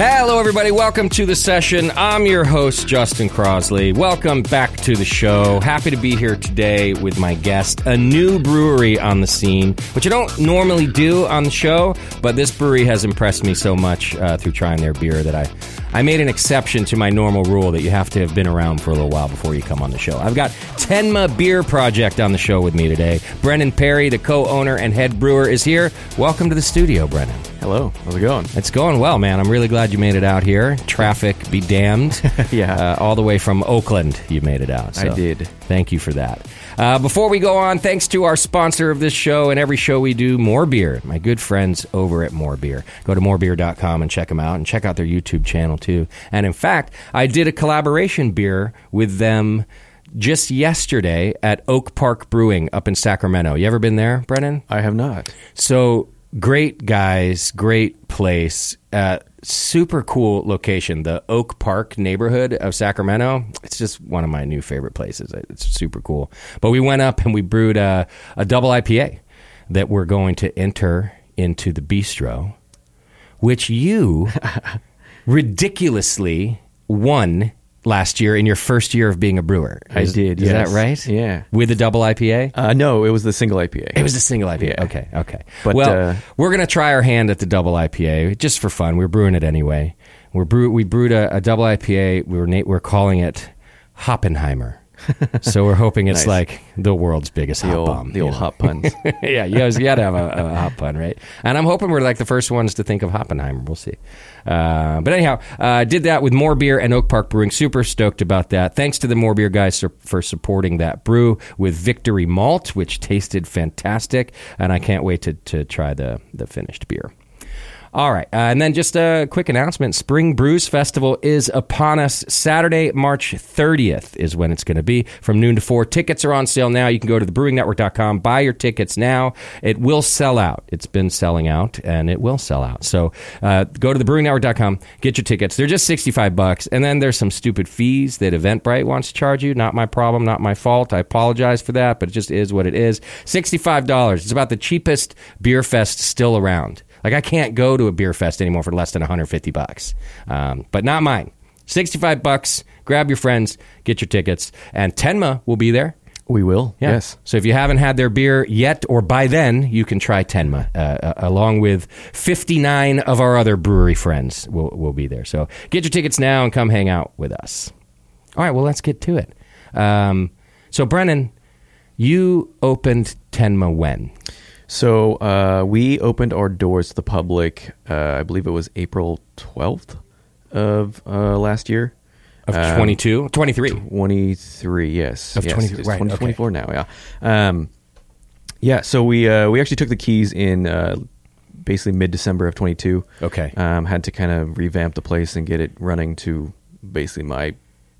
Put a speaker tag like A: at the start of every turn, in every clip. A: Hello, everybody. Welcome to the session. I'm your host, Justin Crosley. Welcome back to the show. Happy to be here today with my guest, a new brewery on the scene, which I don't normally do on the show, but this brewery has impressed me so much uh, through trying their beer that I, I made an exception to my normal rule that you have to have been around for a little while before you come on the show. I've got Tenma Beer Project on the show with me today. Brennan Perry, the co owner and head brewer, is here. Welcome to the studio, Brennan.
B: Hello, how's it going?
A: It's going well, man. I'm really glad you made it out here. Traffic be damned.
B: Yeah.
A: Uh, all the way from Oakland, you made it out.
B: I did.
A: Thank you for that. Uh, before we go on, thanks to our sponsor of this show and every show we do, More Beer, my good friends over at More Beer. Go to morebeer.com and check them out and check out their YouTube channel too. And in fact, I did a collaboration beer with them just yesterday at Oak Park Brewing up in Sacramento. You ever been there, Brennan?
B: I have not.
A: So great guys, great place, uh, super cool location. The Oak Park neighborhood of Sacramento. It's just one of my new favorite places. It's super cool. But we went up and we brewed a, a double IPA that we're going to enter into the bistro, which you ridiculously won last year in your first year of being a brewer.
B: I
A: Is-
B: did,
A: Is
B: yes.
A: that right?
B: Yeah.
A: With a double IPA.
B: Uh, no, it was the single IPA.
A: It was a single IPA. Okay, okay.
B: But,
A: well,
B: uh,
A: we're gonna try our hand at the double IPA just for fun. We're brewing it anyway. We're brew we brewed a, a double IPA. We were na- we're calling it Hoppenheimer. so we're hoping it's like the world's biggest
B: the
A: hop
B: old,
A: bomb.
B: the
A: you
B: old
A: know?
B: hop puns.
A: yeah, you guys got to have a, a hop pun, right? And I'm hoping we're like the first ones to think of Hoppenheimer. We'll see. Uh, but anyhow, uh, did that with More Beer and Oak Park Brewing. Super stoked about that. Thanks to the More Beer guys sur- for supporting that brew with Victory Malt, which tasted fantastic. And I can't wait to, to try the, the finished beer. All right. Uh, and then just a quick announcement Spring Brews Festival is upon us. Saturday, March 30th is when it's going to be from noon to 4. Tickets are on sale now. You can go to thebrewingnetwork.com, buy your tickets now. It will sell out. It's been selling out and it will sell out. So uh, go to thebrewingnetwork.com, get your tickets. They're just 65 bucks. And then there's some stupid fees that Eventbrite wants to charge you. Not my problem, not my fault. I apologize for that, but it just is what it is. $65. It's about the cheapest beer fest still around. Like I can't go to a beer fest anymore for less than 150 bucks. Um, but not mine. 65 bucks. Grab your friends, get your tickets, and Tenma will be there.
B: we will.
A: Yeah.
B: Yes.
A: So if you haven't had their beer yet, or by then, you can try Tenma, uh, uh, along with 59 of our other brewery friends will, will be there. So get your tickets now and come hang out with us. All right, well, let's get to it. Um, so, Brennan, you opened Tenma when?
B: So uh, we opened our doors to the public. Uh, I believe it was April twelfth of uh, last year.
A: Of 22? 23.
B: 23 yes
A: Of
B: yes,
A: 23,
B: it's
A: right,
B: 20
A: okay.
B: 24 now yeah um yeah so we uh we actually took the keys in uh basically mid December of 22.
A: Okay.
B: Um, had to kind of revamp the place and get it running to basically my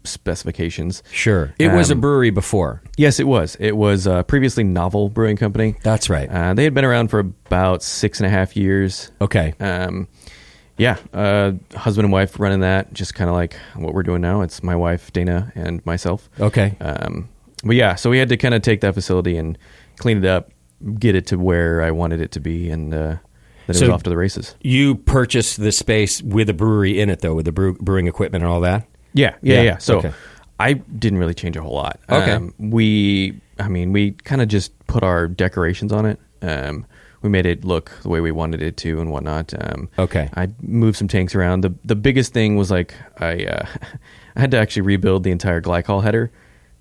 B: specifications.
A: Sure. It was a
B: Um,
A: brewery before.
B: Yes, it was. It was uh, previously Novel Brewing Company.
A: That's right.
B: Uh, they had been around for about six and a half years.
A: okay.
B: Um, yeah, uh, husband and wife running that, just kind of like what we're doing now. It's my wife, Dana, and myself.
A: Okay.
B: Um, but yeah, so we had to kind of take that facility and clean it up, get it to where I wanted it to be, and uh, then it
A: So-
B: was off to the races.
A: you purchased the space with a brewery in it, though, with the brew- brewing equipment and all that.
B: Yeah, yeah,
A: Yeah,
B: yeah. So
A: okay.
B: I didn't really change a whole lot. Um,
A: Okay.
B: we, I mean, we kind of just put our decorations on it. Um, we made it look the way we wanted it to and whatnot. Um,
A: Okay.
B: I moved some tanks around. the The biggest thing was like I, uh, I had to actually rebuild the entire glycol header.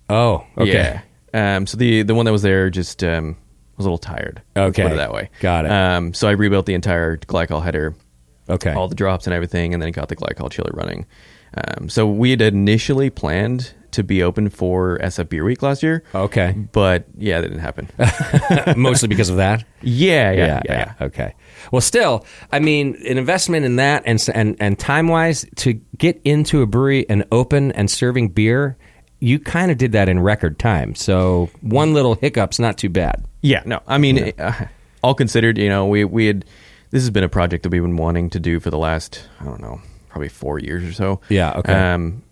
A: Oh, okay.
B: Yeah. Um, so the the one that was there just um, was a little tired. Let's
A: Okay.
B: Put it that way.
A: Got it.
B: Um, so I rebuilt the entire glycol header
A: Okay.
B: all the drops and everything, and then got the glycol chiller running. Um, so we had initially planned to be open for SF Beer Week last year.
A: Okay.
B: But yeah, that didn't happen. yeah,
A: Mostly because of that.
B: yeah, yeah,
A: Okay. Well, still, I mean, an investment in that and s- and and time wise to get into a brewery and open and serving beer, you kind of did that in record time. So one little hiccup's not too bad.
B: Yeah, no. I mean, uh, all considered, you know, we we had this has been a project that we've been wanting to do for the last I don't know, probably four years or so.
A: Yeah, okay.
B: Um,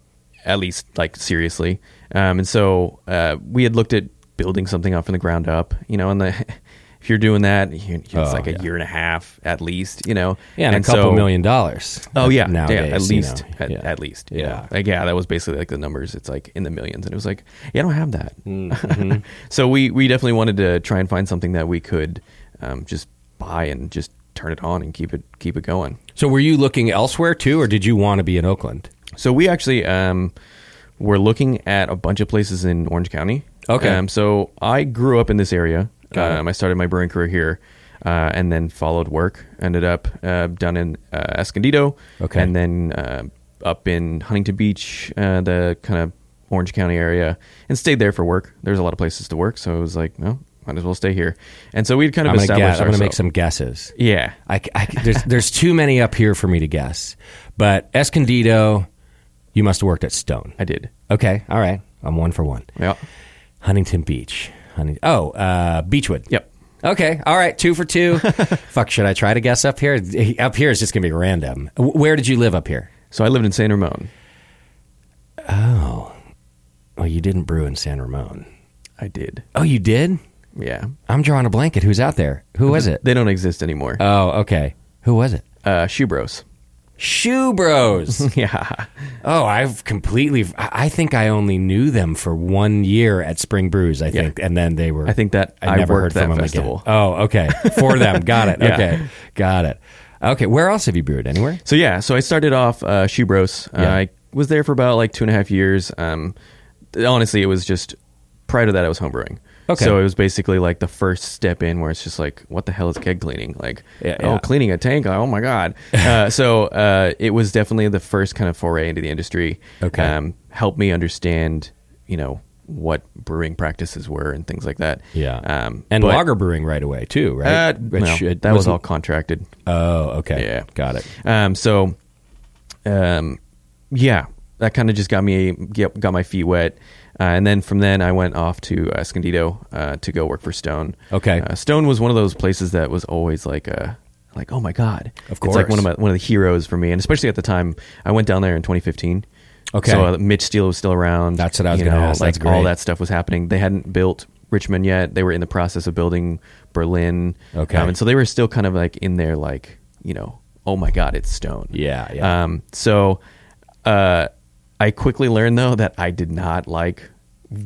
B: at least like seriously. Um, and so uh, we had looked at building something up from the ground up, you know, and the. If you're doing that, you- it's
A: Oh,
B: like a
A: yeah.
B: year and a half at least, you know.
A: Yeah, and, a couple million dollars.
B: Oh yeah,
A: nowadays,
B: yeah, at
A: you
B: least,
A: know.
B: at,
A: Yeah.
B: at least,
A: Yeah.
B: yeah. Like yeah, that was basically like the numbers. It's like in the millions, and it was like, yeah, I don't have that.
A: Mm-hmm.
B: so we we definitely wanted to try and find something that we could um, just buy and just turn it on and keep it keep it going.
A: So were you looking elsewhere too, or did you want to be in Oakland?
B: So we actually um, were looking at a bunch of places in Orange County.
A: Okay.
B: Um, so I grew up in this area.
A: Got it.
B: Um, I started my brewing career here, uh, and then followed work. Ended up uh, down in uh, Escondido.
A: Okay.
B: And then uh, up in Huntington Beach, uh, the kind of Orange County area, and stayed there for work. There's a lot of places to work, so it was like, well, might as well stay here. And so we'd kind of
A: I'm gonna
B: established.
A: guess. I'm going to make
B: ourselves-
A: some guesses.
B: Yeah.
A: I, I- there's there's too many up here for me to guess. But Escondido, you must have worked at Stone.
B: I did.
A: Okay, all right. I'm one for one.
B: Yeah.
A: Huntington Beach. Hunting, oh, uh, Beechwood.
B: Yep.
A: Okay, all right. Two for two. Fuck, should I try to guess up here? Up here is just going to be random. W- Where did you live up here?
B: So I lived in San Ramon.
A: Well, Oh, you didn't brew in San Ramon.
B: I did.
A: Oh, you did?
B: Yeah.
A: I'm drawing a blanket. Who's out there? Who was it?
B: They don't exist anymore.
A: Oh, okay. Who was it?
B: uh, shoe bros.
A: Shoe Bros.
B: Yeah.
A: Oh, I've completely. I I think I only knew them for one year at Spring Brews. I think, and then they were.
B: I think that I
A: never heard
B: worked
A: from
B: that
A: them
B: festival.
A: again. Oh, okay. For them, got it.
B: Yeah.
A: Okay, got it. Okay, where else have you brewed? Anywhere?
B: So yeah, so I started off uh, shoe bros. Uh,
A: Yeah.
B: I was there for about like two and a half years. Um, th- honestly, it was just prior to that I was homebrewing.
A: Okay.
B: So it was basically like the first step in where it's just like, what the hell is keg cleaning? Like,
A: Yeah,
B: oh,
A: yeah.
B: cleaning a tank. Oh my god. Uh, so uh, it was definitely the first kind of foray into the industry. um,
A: Okay.
B: helped me understand, you know, what brewing practices were and things like that. Um,
A: and
B: but-
A: lager brewing right away too, right?
B: Uh,
A: Which
B: no,
A: it
B: that was all
A: wasn't-
B: contracted.
A: Oh, okay.
B: Yeah.
A: got it.
B: Um, so, um, yeah, that kind of just got me get, got my feet wet, uh, and then from then I went off to Escondido uh, to go work for Stone.
A: Okay.
B: uh, Stone was one of those places that was always like a. Like oh my god!
A: Of
B: it's like
A: course.
B: one of my one of the heroes for me, and especially at the time I went down there in 2015.
A: Okay.
B: so uh, Mitch Steele was still around.
A: That's what I was
B: you
A: gonna
B: know,
A: ask.
B: Like
A: That's
B: all
A: great.
B: that stuff was happening. They hadn't built Richmond yet. They were in the process of building Berlin.
A: Okay.
B: Um, and so they were still kind of like in there, like you know, oh my god, it's Stone.
A: Yeah, yeah.
B: Um, so uh, I quickly learned though that I did not like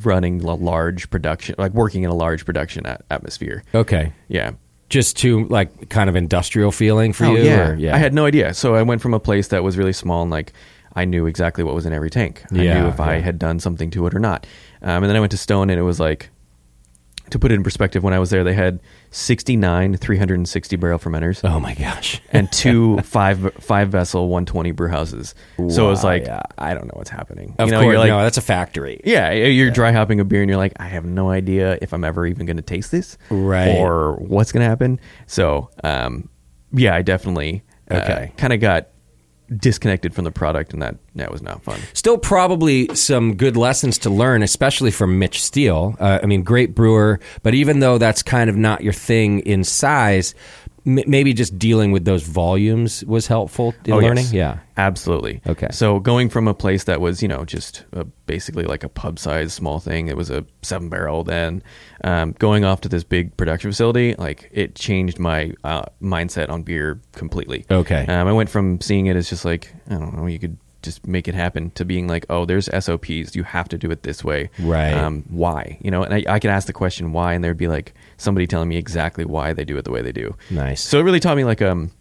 B: running a large production, like working in a large production at- atmosphere.
A: Okay,
B: Yeah.
A: just to like kind of industrial feeling for you.
B: Oh, yeah.
A: or- yeah,
B: I had no idea. So I went from a place that was really small and like I knew exactly what was in every tank. I
A: Yeah,
B: knew if I
A: yeah.
B: had done something to it or not. Um, and then I went to Stone and it was like, to put it in perspective, when I was there, they had 69 360 barrel fermenters.
A: Oh my gosh.
B: and two five five vessel 120 brew houses. So it was
A: Wow,
B: like
A: yeah.
B: I don't know what's happening.
A: Of
B: you know,
A: course,
B: you're like
A: no, that's a factory.
B: yeah, you're dry hopping a beer and you're like I have no idea if I'm ever even going to taste this
A: Right.
B: or what's going to happen. So um yeah, I definitely
A: Okay.
B: kind of got disconnected from the product, and that that was not fun.
A: Still, probably some good lessons to learn, especially from Mitch Steele. Uh, I mean, great brewer, but even though that's kind of not your thing in size, m- maybe just dealing with those volumes was helpful in
B: Oh, yes.
A: learning. Yeah.
B: Absolutely.
A: Okay.
B: So going from a place that was, you know, just uh basically like a pub size small thing, it was a seven barrel then, um, going off to this big production facility, like it changed my uh, mindset on beer completely.
A: Okay.
B: Um, I went from seeing it as just like, I don't know, you could just make it happen to being like, oh, there's SOPs. You have to do it this way.
A: Right.
B: Um, why? You know, and I, I could ask the question why, and there'd be like somebody telling me exactly why they do it the way they do.
A: Nice.
B: So it really taught me like, um,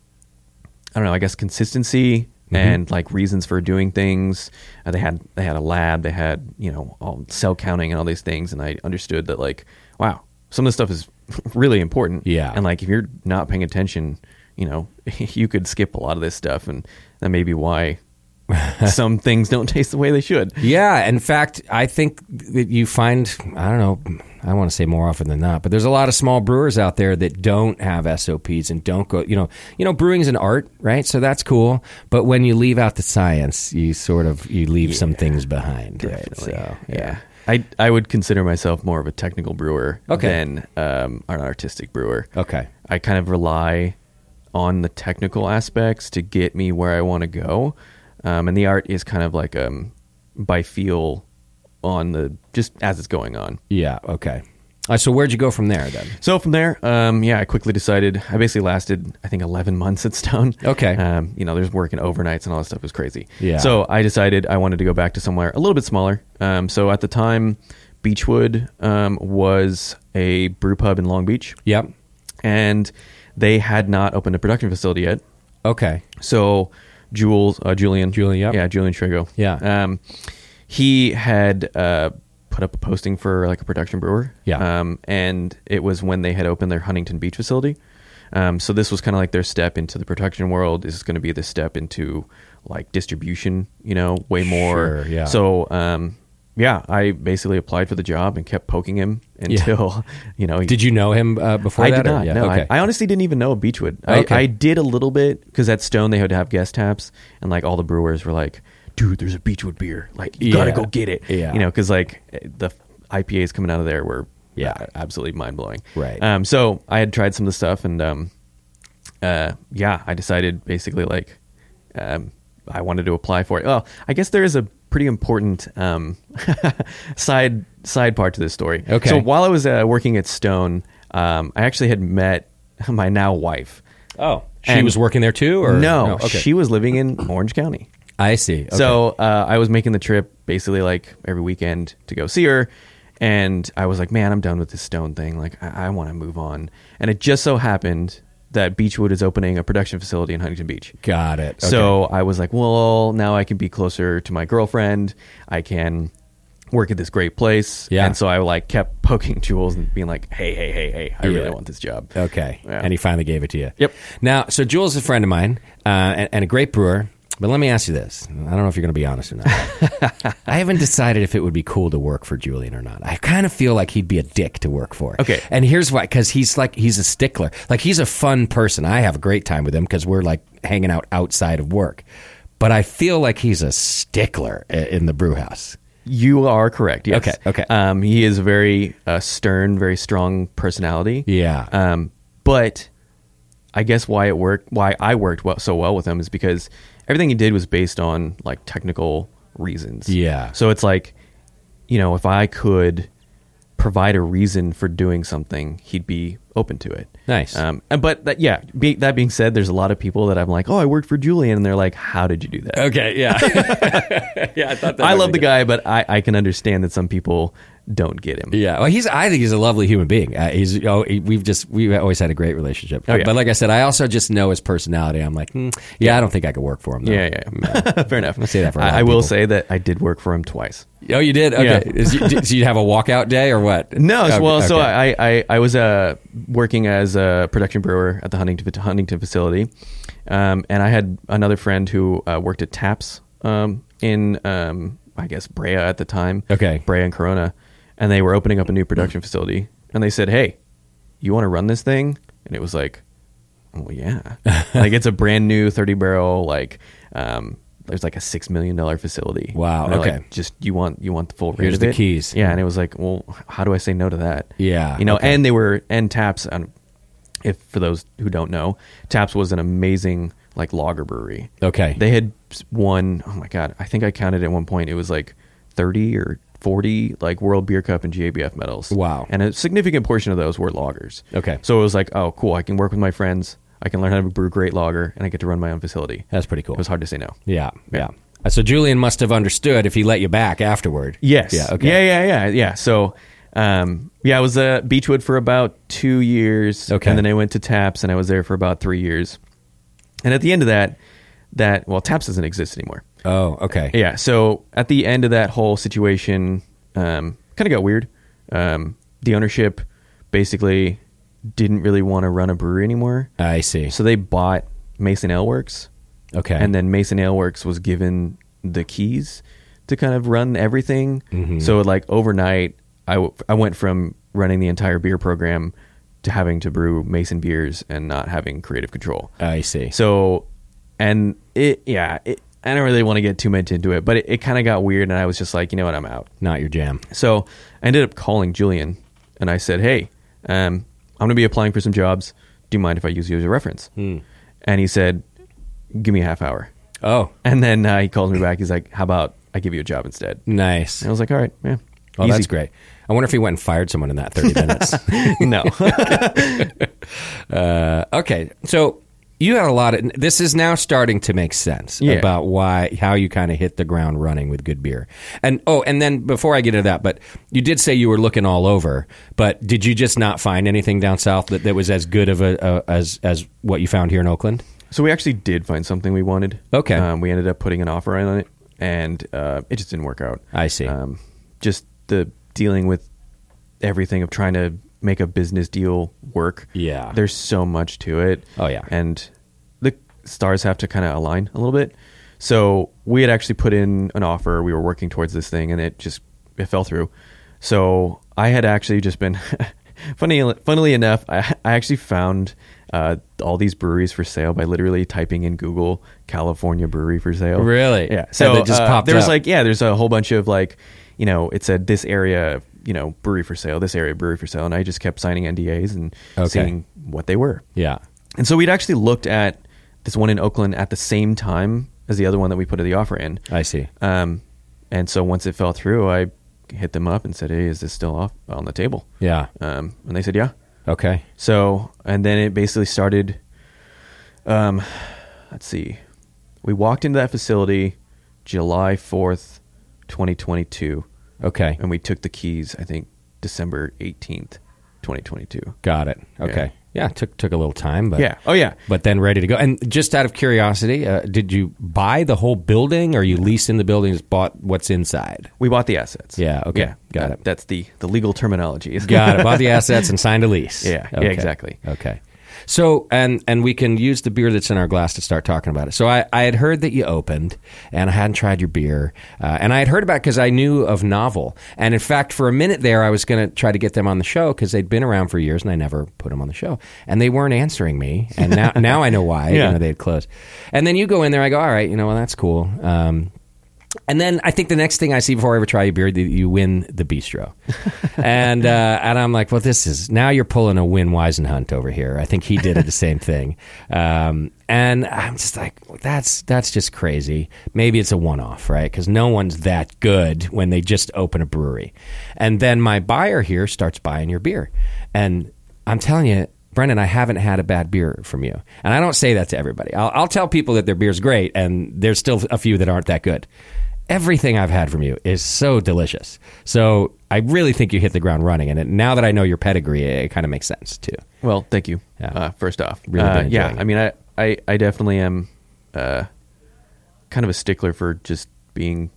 B: I don't know. I guess consistency
A: Mm-hmm.
B: and like reasons for doing things. Uh, they had they had a lab. They had you know all cell counting and all these things. And I understood that like wow, some of this stuff is really important.
A: Yeah.
B: And like if you're not paying attention, you know, you could skip a lot of this stuff, and that may be why some things don't taste the way they should.
A: Yeah, in fact, I think that you find I don't know, I want to say more often than not, but there's a lot of small brewers out there that don't have SOPs and don't go, you know, you know brewing is an art, right? So that's cool, but when you leave out the science, you sort of you leave some things behind, right? So,
B: Yeah. I, I would consider myself more of a technical brewer
A: Okay.
B: than um, an artistic brewer.
A: Okay.
B: I kind of rely on the technical aspects to get me where I want to go, um, and the art is kind of like um, by feel on the just as it's going on.
A: Yeah, okay. All right, so where'd you go from there then?
B: So from there, um, yeah, I quickly decided. I basically lasted, I think, eleven months at Stone.
A: Okay.
B: Um, you know, there's working overnights and all that stuff was crazy.
A: Yeah.
B: So I decided I wanted to go back to somewhere a little bit smaller. Um, so at the time, Beechwood um, was a brew pub in Long Beach,
A: Yep.
B: and they had not opened a production facility yet.
A: Okay.
B: So Jules, uh, Julian,
A: Julian, yep.
B: yeah, Julian Trigo,
A: Yeah.
B: Um, he had uh, put up a posting for like a production brewer,
A: Yeah.
B: Um, and it was when they had opened their Huntington Beach facility. Um, so this was kind of like their step into the production world. This is going to be the step into like distribution, you know, way more.
A: Sure, yeah.
B: So, um, yeah, I basically applied for the job and kept poking him until, you know, he
A: Did you know him uh, before
B: I
A: that?
B: did
A: or-
B: not.
A: yeah,
B: No, I-
A: okay.
B: I, honestly didn't even know Beechwood.
A: Okay.
B: I, I did a little bit because at Stone they would have guest taps, and like all the brewers were like, "Dude, there's a Beechwood beer. Like you gotta
A: Yeah.
B: go get it."
A: Yeah.
B: you know, because like the IPAs coming out of there were
A: Yeah.
B: uh, absolutely mind blowing.
A: Right.
B: Um. So I had tried some of the stuff, and um, uh, yeah, I decided basically like, um, I wanted to apply for it. Well, I guess there is a pretty important um side side part to this story.
A: Okay.
B: So while I was uh, working at Stone, um, I actually had met my now wife.
A: oh, she
B: and-
A: was working there too, or
B: no,
A: okay.
B: she was living in Orange County.
A: I see. Okay.
B: So uh, I was making the trip basically like every weekend to go see her. And I was like, man, I'm done with this stone thing. Like, I, I want to move on. And it just so happened that Beechwood is opening a production facility in Huntington Beach.
A: got it. Okay.
B: So I was like, well, now I can be closer to my girlfriend. I can work at this great place.
A: Yeah.
B: And so I like kept poking Jules and being like, hey, hey, hey, hey, I
A: Yeah.
B: really want this job.
A: Okay.
B: Yeah.
A: And he finally gave it to you.
B: Yep.
A: Now, so Jules is a friend of mine uh, and, and a great brewer. But let me ask you this. I don't know if you're going to be honest or not. I haven't decided if it would be cool to work for Julian or not. I kind of feel like he'd be a dick to work for.
B: Okay.
A: And here's why because he's like, he's a stickler. Like, he's a fun person. I have a great time with him because we're like hanging out outside of work. But I feel like he's a stickler i- in the brew house.
B: You are correct. Yes.
A: Okay, okay.
B: Um, he is a very uh, stern, very strong personality.
A: Yeah.
B: Um, but I guess why it worked, why I worked well, so well with him is because everything he did was based on like technical reasons.
A: Yeah.
B: So it's like, you know, if I could provide a reason for doing something, he'd be open to it.
A: Nice.
B: Um, and- but that, yeah, be, that being said, there's a lot of people that I'm like, oh, I worked for Julian. And they're like, how did you do that?
A: okay. Yeah. yeah. I thought
B: I love the
A: guy.
B: guy, but I, I can understand that some people don't get him.
A: Yeah, well, he's. I think he's a lovely human being. Uh, he's. Oh, he- we've just. We've always had a great relationship.
B: Oh, yeah.
A: But like I said, I also just know his personality. I'm like, mm, yeah, I don't think I could work for him. Though.
B: Yeah, yeah, yeah. fair enough. I
A: say that for a lot
B: I,
A: of people.
B: will say that I did work for him twice.
A: Oh, you did. Okay.
B: Yeah.
A: Is you, did, so you have a walkout day or what?
B: No,
A: Okay,
B: well, so
A: okay.
B: I, I, I was uh, working as a production brewer at the Huntington, Huntington facility, um, and I had another friend who uh, worked at Taps um, in, um, I guess, Brea at the time.
A: Okay.
B: Brea and Corona, and they were opening up a new production facility, and they said, "Hey, you want to run this thing?" And it was like, Well, yeah. like it's a brand new 30 barrel like um there's like a 6 million dollar facility.
A: Wow,
B: And they're
A: okay
B: like, just you want you want the full range
A: Here's
B: of
A: the
B: it?
A: keys.
B: Yeah, and it was like, well, how do I say no to that?
A: Yeah,
B: You know,
A: okay.
B: and they were and Taps and if for those who don't know, Taps was an amazing like lager brewery.
A: Okay.
B: They had won, oh my god, I think I counted at one point it was like 30 or 40 like World Beer Cup and GABF medals.
A: Wow.
B: And a significant portion of those were loggers.
A: Okay.
B: So it was like, oh, cool. I can work with my friends. I can learn how to brew great lager, and I get to run my own facility.
A: That's pretty cool.
B: It was hard to say no.
A: Yeah, yeah. Uh, So Julian must have understood if he let you back afterward.
B: Yes.
A: Yeah. Okay.
B: Yeah. Yeah. Yeah. Yeah. So, um, yeah, I was at Beechwood for about two years.
A: Okay.
B: And then I went to Taps, and I was there for about three years. And at the end of that, that well, Taps doesn't exist anymore.
A: Oh. Okay.
B: Yeah. So at the end of that whole situation, um, kind of got weird. Um, the ownership basically didn't really want to run a brewery anymore,
A: I see.
B: so they bought Mason Ale Works,
A: Okay.
B: and then Mason Ale Works was given the keys to kind of run everything. So like overnight, I, w- I went from running the entire beer program to having to brew Mason beers and not having creative control.
A: I see.
B: So, and it, yeah, it, I don't really want to get too much into it, but it, it kind of got weird, and I was just like, you know what, I'm out.
A: Not your jam.
B: So I ended up calling Julian, and I said, hey, um, I'm going to be applying for some jobs. Do you mind if I use you as a reference? And he said, give me a half hour.
A: Oh,
B: And then uh, he calls me back. He's like, how about I give you a job instead? And
A: nice.
B: I was like, all right, yeah.
A: Oh,
B: easy."
A: that's great. I wonder if he went and fired someone in that thirty minutes.
B: no.
A: okay. So you had a lot of. This is now starting to make sense
B: Yeah.
A: about why how you kind of hit the ground running with good beer. And oh, and then before I get into that, but you did say you were looking all over. But did you just not find anything down south that, that was as good of a, a as as what you found here in Oakland?
B: So we actually did find something we wanted.
A: Okay.
B: Um, we ended up putting an offer in on it, and uh, it just didn't work out.
A: I see.
B: Um, just the dealing with everything of trying to make a business deal work.
A: Yeah.
B: There's so much to it.
A: Oh, yeah.
B: And the stars have to kind of align a little bit. So we had actually put in an offer. We were working towards this thing, and it just it fell through. So I had actually just been funny. Funnily enough, I, I actually found uh, all these breweries for sale by literally typing in Google "California brewery for sale."
A: Really?
B: Yeah.
A: And
B: So
A: it just
B: uh,
A: popped
B: there was
A: up.
B: like yeah, there's a whole bunch of like you know it said this area you know brewery for sale, this area brewery for sale, and I just kept signing NDAs and
A: Okay.
B: seeing what they were.
A: Yeah.
B: And so we'd actually looked at this one in Oakland at the same time as the other one that we put the offer in.
A: I see.
B: Um, and so once it fell through, I hit them up and said, "Hey, is this still off on the table?"
A: Yeah.
B: Um, and they said, "Yeah."
A: Okay.
B: So and then it basically started. Um, let's see, we walked into that facility July fourth, twenty twenty two,
A: Okay.
B: and we took the keys. I think December eighteenth, twenty twenty two.
A: Got it. Okay. Yeah. it took took a little time, but
B: Yeah. Oh yeah.
A: But then ready to go. And just out of curiosity, uh, did you buy the whole building, or you leased in the building, just bought what's inside?
B: We bought the assets.
A: Yeah, okay. Got
B: that-
A: it.
B: That's the the legal terminology.
A: Got it. Bought the assets and signed a lease.
B: Yeah. Yeah, exactly.
A: Okay. So and and we can use the beer that's in our glass to start talking about it. So I, I had heard that you opened, and I hadn't tried your beer, uh, and I had heard about it because I knew of Novel, and in fact, for a minute there, I was going to try to get them on the show because they'd been around for years, and I never put them on the show, and they weren't answering me, and now now I know why. You
B: Yeah.
A: know, they had closed, and then you go in there, I go, all right, you know, well that's cool. Um, and then I think the next thing I see before I ever try a beer, that you win the bistro, and uh, and I'm like, well, this is now you're pulling a Win Weisenhunt over here. I think he did the same thing, um, and I'm just like, well, that's that's just crazy. Maybe it's a one off, right? Because no one's that good when they just open a brewery, and then my buyer here starts buying your beer, and I'm telling you, Brendan, I haven't had a bad beer from you. And I don't say that to everybody. I'll, I'll tell people that their beer's great, and there's still a few that aren't that good. Everything I've had from you is so delicious. So I really think you hit the ground running. And it, now that I know your pedigree, it, kind of makes sense, too.
B: Well, thank you.
A: Yeah.
B: Uh, first off,
A: Really
B: Uh,
A: been
B: yeah.
A: enjoying it.
B: I mean, I, I, I definitely am uh, kind of a stickler for just being,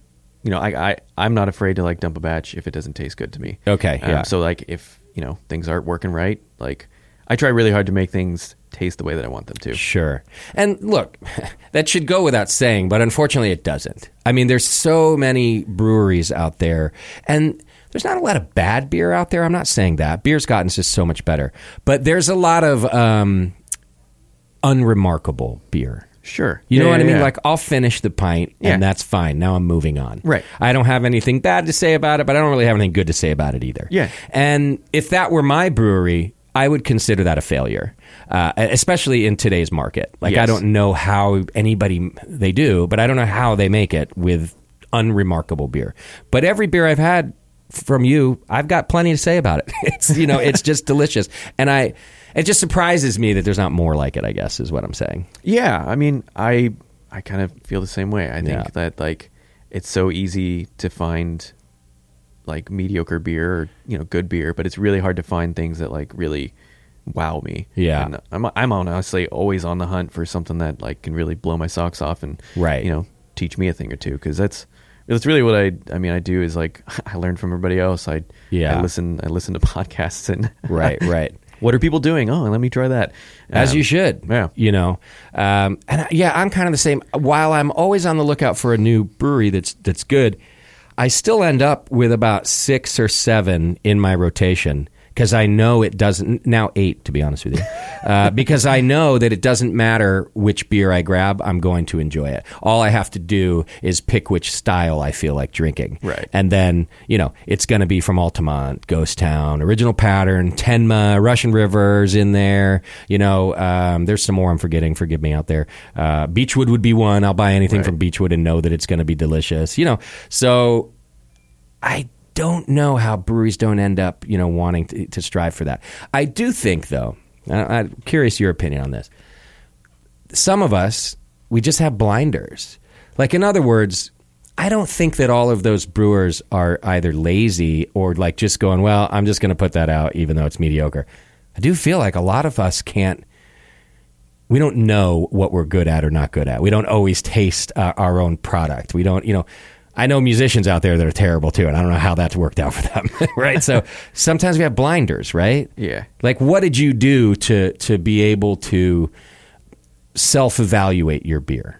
B: you know, I, I, I'm not afraid to like dump a batch if it doesn't taste good to me.
A: Okay,
B: Um,
A: yeah.
B: So like, if you know things aren't working right, like I try really hard to make things taste the way that I want them to.
A: Sure. And look, that should go without saying, but unfortunately it doesn't. I mean, there's so many breweries out there, and there's not a lot of bad beer out there. I'm not saying that. Beer's gotten just so much better. But there's a lot of um, unremarkable beer.
B: Sure.
A: You know
B: Yeah,
A: what I
B: yeah,
A: mean?
B: yeah.
A: Like I'll finish the pint
B: Yeah.
A: and that's fine. Now I'm moving on.
B: Right.
A: I don't have anything bad to say about it, but I don't really have anything good to say about it either.
B: Yeah.
A: And if that were my brewery, I would consider that a failure, uh, especially in today's market. Like I
B: Yes.
A: don't know how anybody they do, but I don't know how they make it with unremarkable beer. But every beer I've had from you, I've got plenty to say about it. It's you know, it's just delicious, and I. It just surprises me that there's not more like it. I guess is what I'm saying.
B: Yeah, I mean, I I kind of feel the same way. I think
A: Yeah.
B: that like it's so easy to find like mediocre beer or you know good beer, but it's really hard to find things that like really wow me.
A: Yeah.
B: and I'm I'm on honestly always on the hunt for something that like can really blow my socks off and
A: Right.
B: you know teach me a thing or two because that's that's really what I I mean I do is like I learn from everybody else. I
A: Yeah.
B: I listen I listen to podcasts and
A: Right, right.
B: What are people doing? Oh, let me try that.
A: as
B: Um,
A: you should.
B: Yeah.
A: you know, um, and I, yeah, I'm kind of the same. While I'm always on the lookout for a new brewery that's that's good, I still end up with about six or seven in my rotation because I know it doesn't. Now eight, to be honest with you, uh, because I know that it doesn't matter which beer I grab, I'm going to enjoy it. All I have to do is pick which style I feel like drinking.
B: Right.
A: And then, you know, it's going to be from Altamont, Ghost Town, Original Pattern, Tenma, Russian Rivers in there. You know, um, there's some more I'm forgetting. Forgive me out there. Uh, Beechwood would be one. I'll buy anything from Beechwood and know that it's going to be delicious. You know, so I don't know how breweries don't end up, you know, wanting to, to strive for that. I do think, though, I, I'm curious your opinion on this some of us we just have blinders. Like in other words, I don't think that all of those brewers are either lazy or like just going, well, I'm just going to put that out even though it's mediocre. I do feel like a lot of us can't we don't know what we're good at or not good at. We don't always taste uh, our own product. We don't, you know, I know musicians out there that are terrible too, and I don't know how that's worked out for them, right? So sometimes we have blinders, right?
B: Yeah.
A: Like, what did you do to to be able to self evaluate your beer?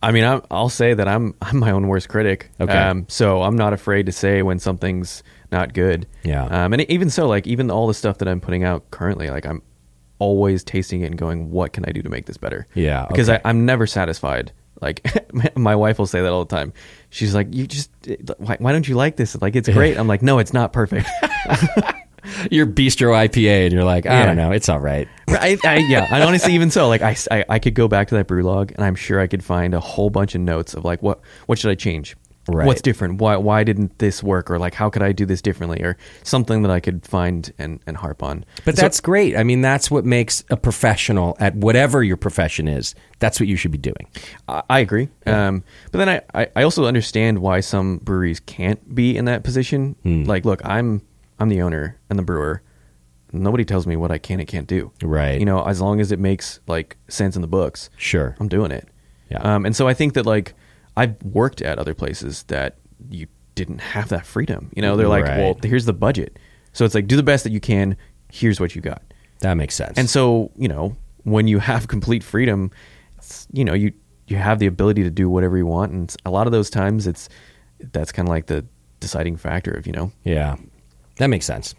B: I mean, I'm, I'll say that I'm I'm my own worst critic. Um,
A: Okay.
B: so I'm not afraid to say when something's not good.
A: Yeah.
B: Um, and even so, like even all the stuff that I'm putting out currently, like I'm always tasting it and going, "What can I do to make this better?"
A: Yeah,
B: Because
A: okay.
B: I, I'm never satisfied. Like my- my wife will say that all the time. She's like, "You just why, why don't you like this? Like it's great." I'm like, "No, it's not perfect."
A: Your bistro IPA, and you're like, I
B: Yeah.
A: don't know, it's all right.
B: I, I, yeah, and honestly, even so, like I, I, I could go back to that brew log, and I'm sure I could find a whole bunch of notes of like what what should I change,
A: Right.
B: what's different, why why didn't this work, or like how could I do this differently, or something that I could find and and harp on.
A: But
B: So-
A: that's great. I mean, that's what makes a professional at whatever your profession is. That's what you should be doing.
B: I I agree. Um, but then I, I, I also understand why some breweries can't be in that position.
A: Hmm.
B: Like, look, I'm I'm the owner and the brewer. Nobody tells me what I can and can't do.
A: Right.
B: You know, as long as it makes like sense in the books.
A: Sure.
B: I'm doing it.
A: Yeah.
B: Um, and so I think that like I've worked at other places that you didn't have that freedom. You know, they're like,
A: Right.
B: well, here's the budget. So it's like do the best that you can. Here's what you got.
A: That makes sense.
B: And so, you know, when you have complete freedom, it's- you know, you you have the ability to do whatever you want, and it's- a lot of those times, it's that's kind of like the deciding factor of you know.
A: Yeah, that makes sense.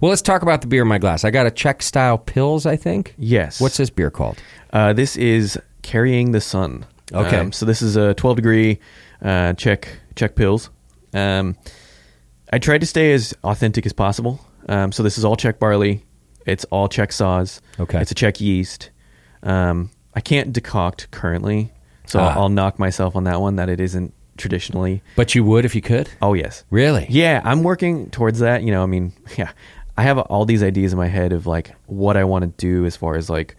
A: Well, let's talk about the beer in my glass. I got a Czech style pills, I think.
B: Yes.
A: What's this beer called?
B: Uh, this is carrying the sun.
A: Okay.
B: Um, so this is a 12 degree uh, check check pills. Um, I tried to stay as authentic as possible. Um, so this is all Czech barley. It's all Czech saws.
A: Okay.
B: It's a Czech yeast. Um, I can't decoct currently, so
A: Ah.
B: I'll, I'll knock myself on that one that it isn't traditionally.
A: But you would if you could.
B: Oh yes.
A: Really?
B: Yeah, I'm working towards that. You know, I mean, yeah, I have all these ideas in my head of like what I want to do as far as like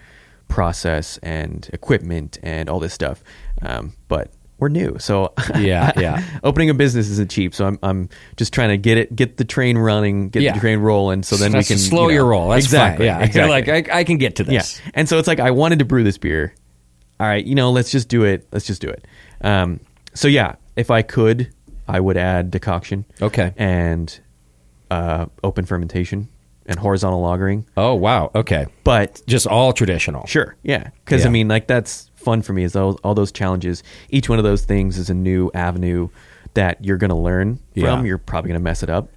B: process and equipment and all this stuff. Um, but we're new, so
A: Yeah, yeah.
B: Opening a business isn't cheap, so I'm I'm just trying to get it, get the train running, get
A: Yeah.
B: the train rolling, so then we
A: That's-
B: can
A: slow
B: you know-
A: your roll. That's
B: exactly,
A: fine. Yeah,
B: exactly.
A: You're like I, I can get to this.
B: Yeah. And so it's like I wanted to brew this beer. All right, you know, let's just do it. Let's just do it. Um, so yeah, if I could, I would add decoction.
A: Okay.
B: And uh, open fermentation and horizontal lagering.
A: Oh wow. Okay.
B: But
A: Just all traditional.
B: sure, yeah, because
A: Yeah.
B: I mean, like that's fun for me. Is all, all those challenges? Each one of those things is a new avenue that you're going to learn
A: Yeah.
B: from. You're probably going to mess it up.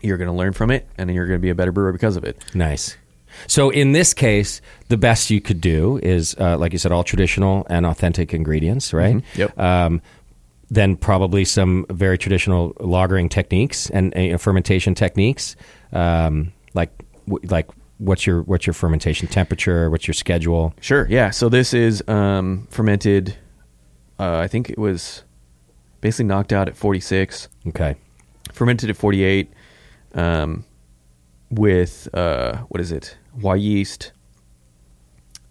B: You're going to learn from it, and then you're going to be a better brewer because of it.
A: Nice. So in this case, the best you could do is, uh, like you said, all traditional and authentic ingredients, right?
B: Yep.
A: Um, then probably some very traditional lagering techniques and uh, you know, fermentation techniques, um, like w- like what's your what's your fermentation temperature, what's your schedule?
B: Sure. Yeah. So this is um, fermented. Uh, I think it was basically knocked out at 46,
A: Okay,
B: fermented at 48, um, with uh, what is it? Y yeast.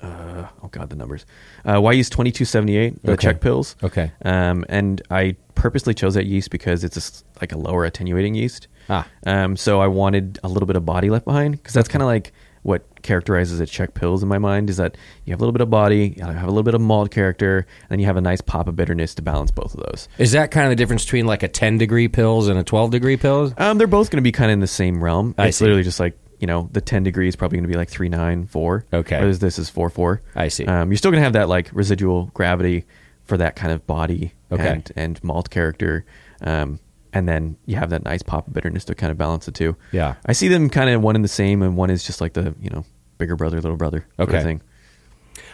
B: Uh, oh God, the numbers. Uh, y yeast 2278, the
A: Okay.
B: Czech pills.
A: Okay.
B: Um, and I purposely chose that yeast because it's a s like a lower attenuating yeast.
A: Ah.
B: Um, so I wanted a little bit of body left behind because that's kind of like what characterizes a Czech pills in my mind is that you have a little bit of body, you have a little bit of malt character, and then you have a nice pop of bitterness to balance both of those.
A: is that kind of the difference between like a ten degree pills and a twelve degree pills?
B: Um, they're both going to be kind of in the same realm.
A: I
B: it's
A: see.
B: literally just like you know the ten degree is probably going to be like three nine four.
A: Okay.
B: whereas this is four four.
A: I see.
B: Um, you're still going to have that like residual gravity for that kind of body
A: Okay.
B: and and malt character. Um, and then you have that nice pop of bitterness to kind of balance the two.
A: Yeah.
B: I see them kind of one and the same, and one is just like the you know bigger brother, little brother. sort of
A: Okay.
B: thing.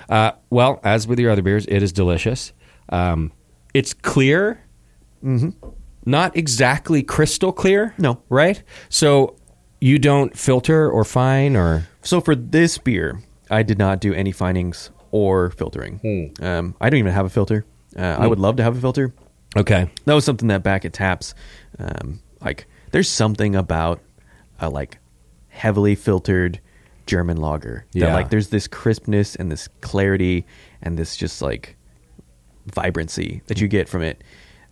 A: Uh, well, as with your other beers, it is delicious. Um, it's clear, not exactly crystal clear.
B: Mm-hmm. No.
A: right? So you don't filter or fine or
B: So for this beer, I did not do any findings or filtering.
A: Hmm.
B: Um, I don't even have a filter. Uh, I would love to have a filter.
A: okay.
B: that was something that back at taps um, like there's something about a like heavily filtered german lager that
A: Yeah.
B: like there's this crispness and this clarity and this just like vibrancy that
A: Mm.
B: you get from it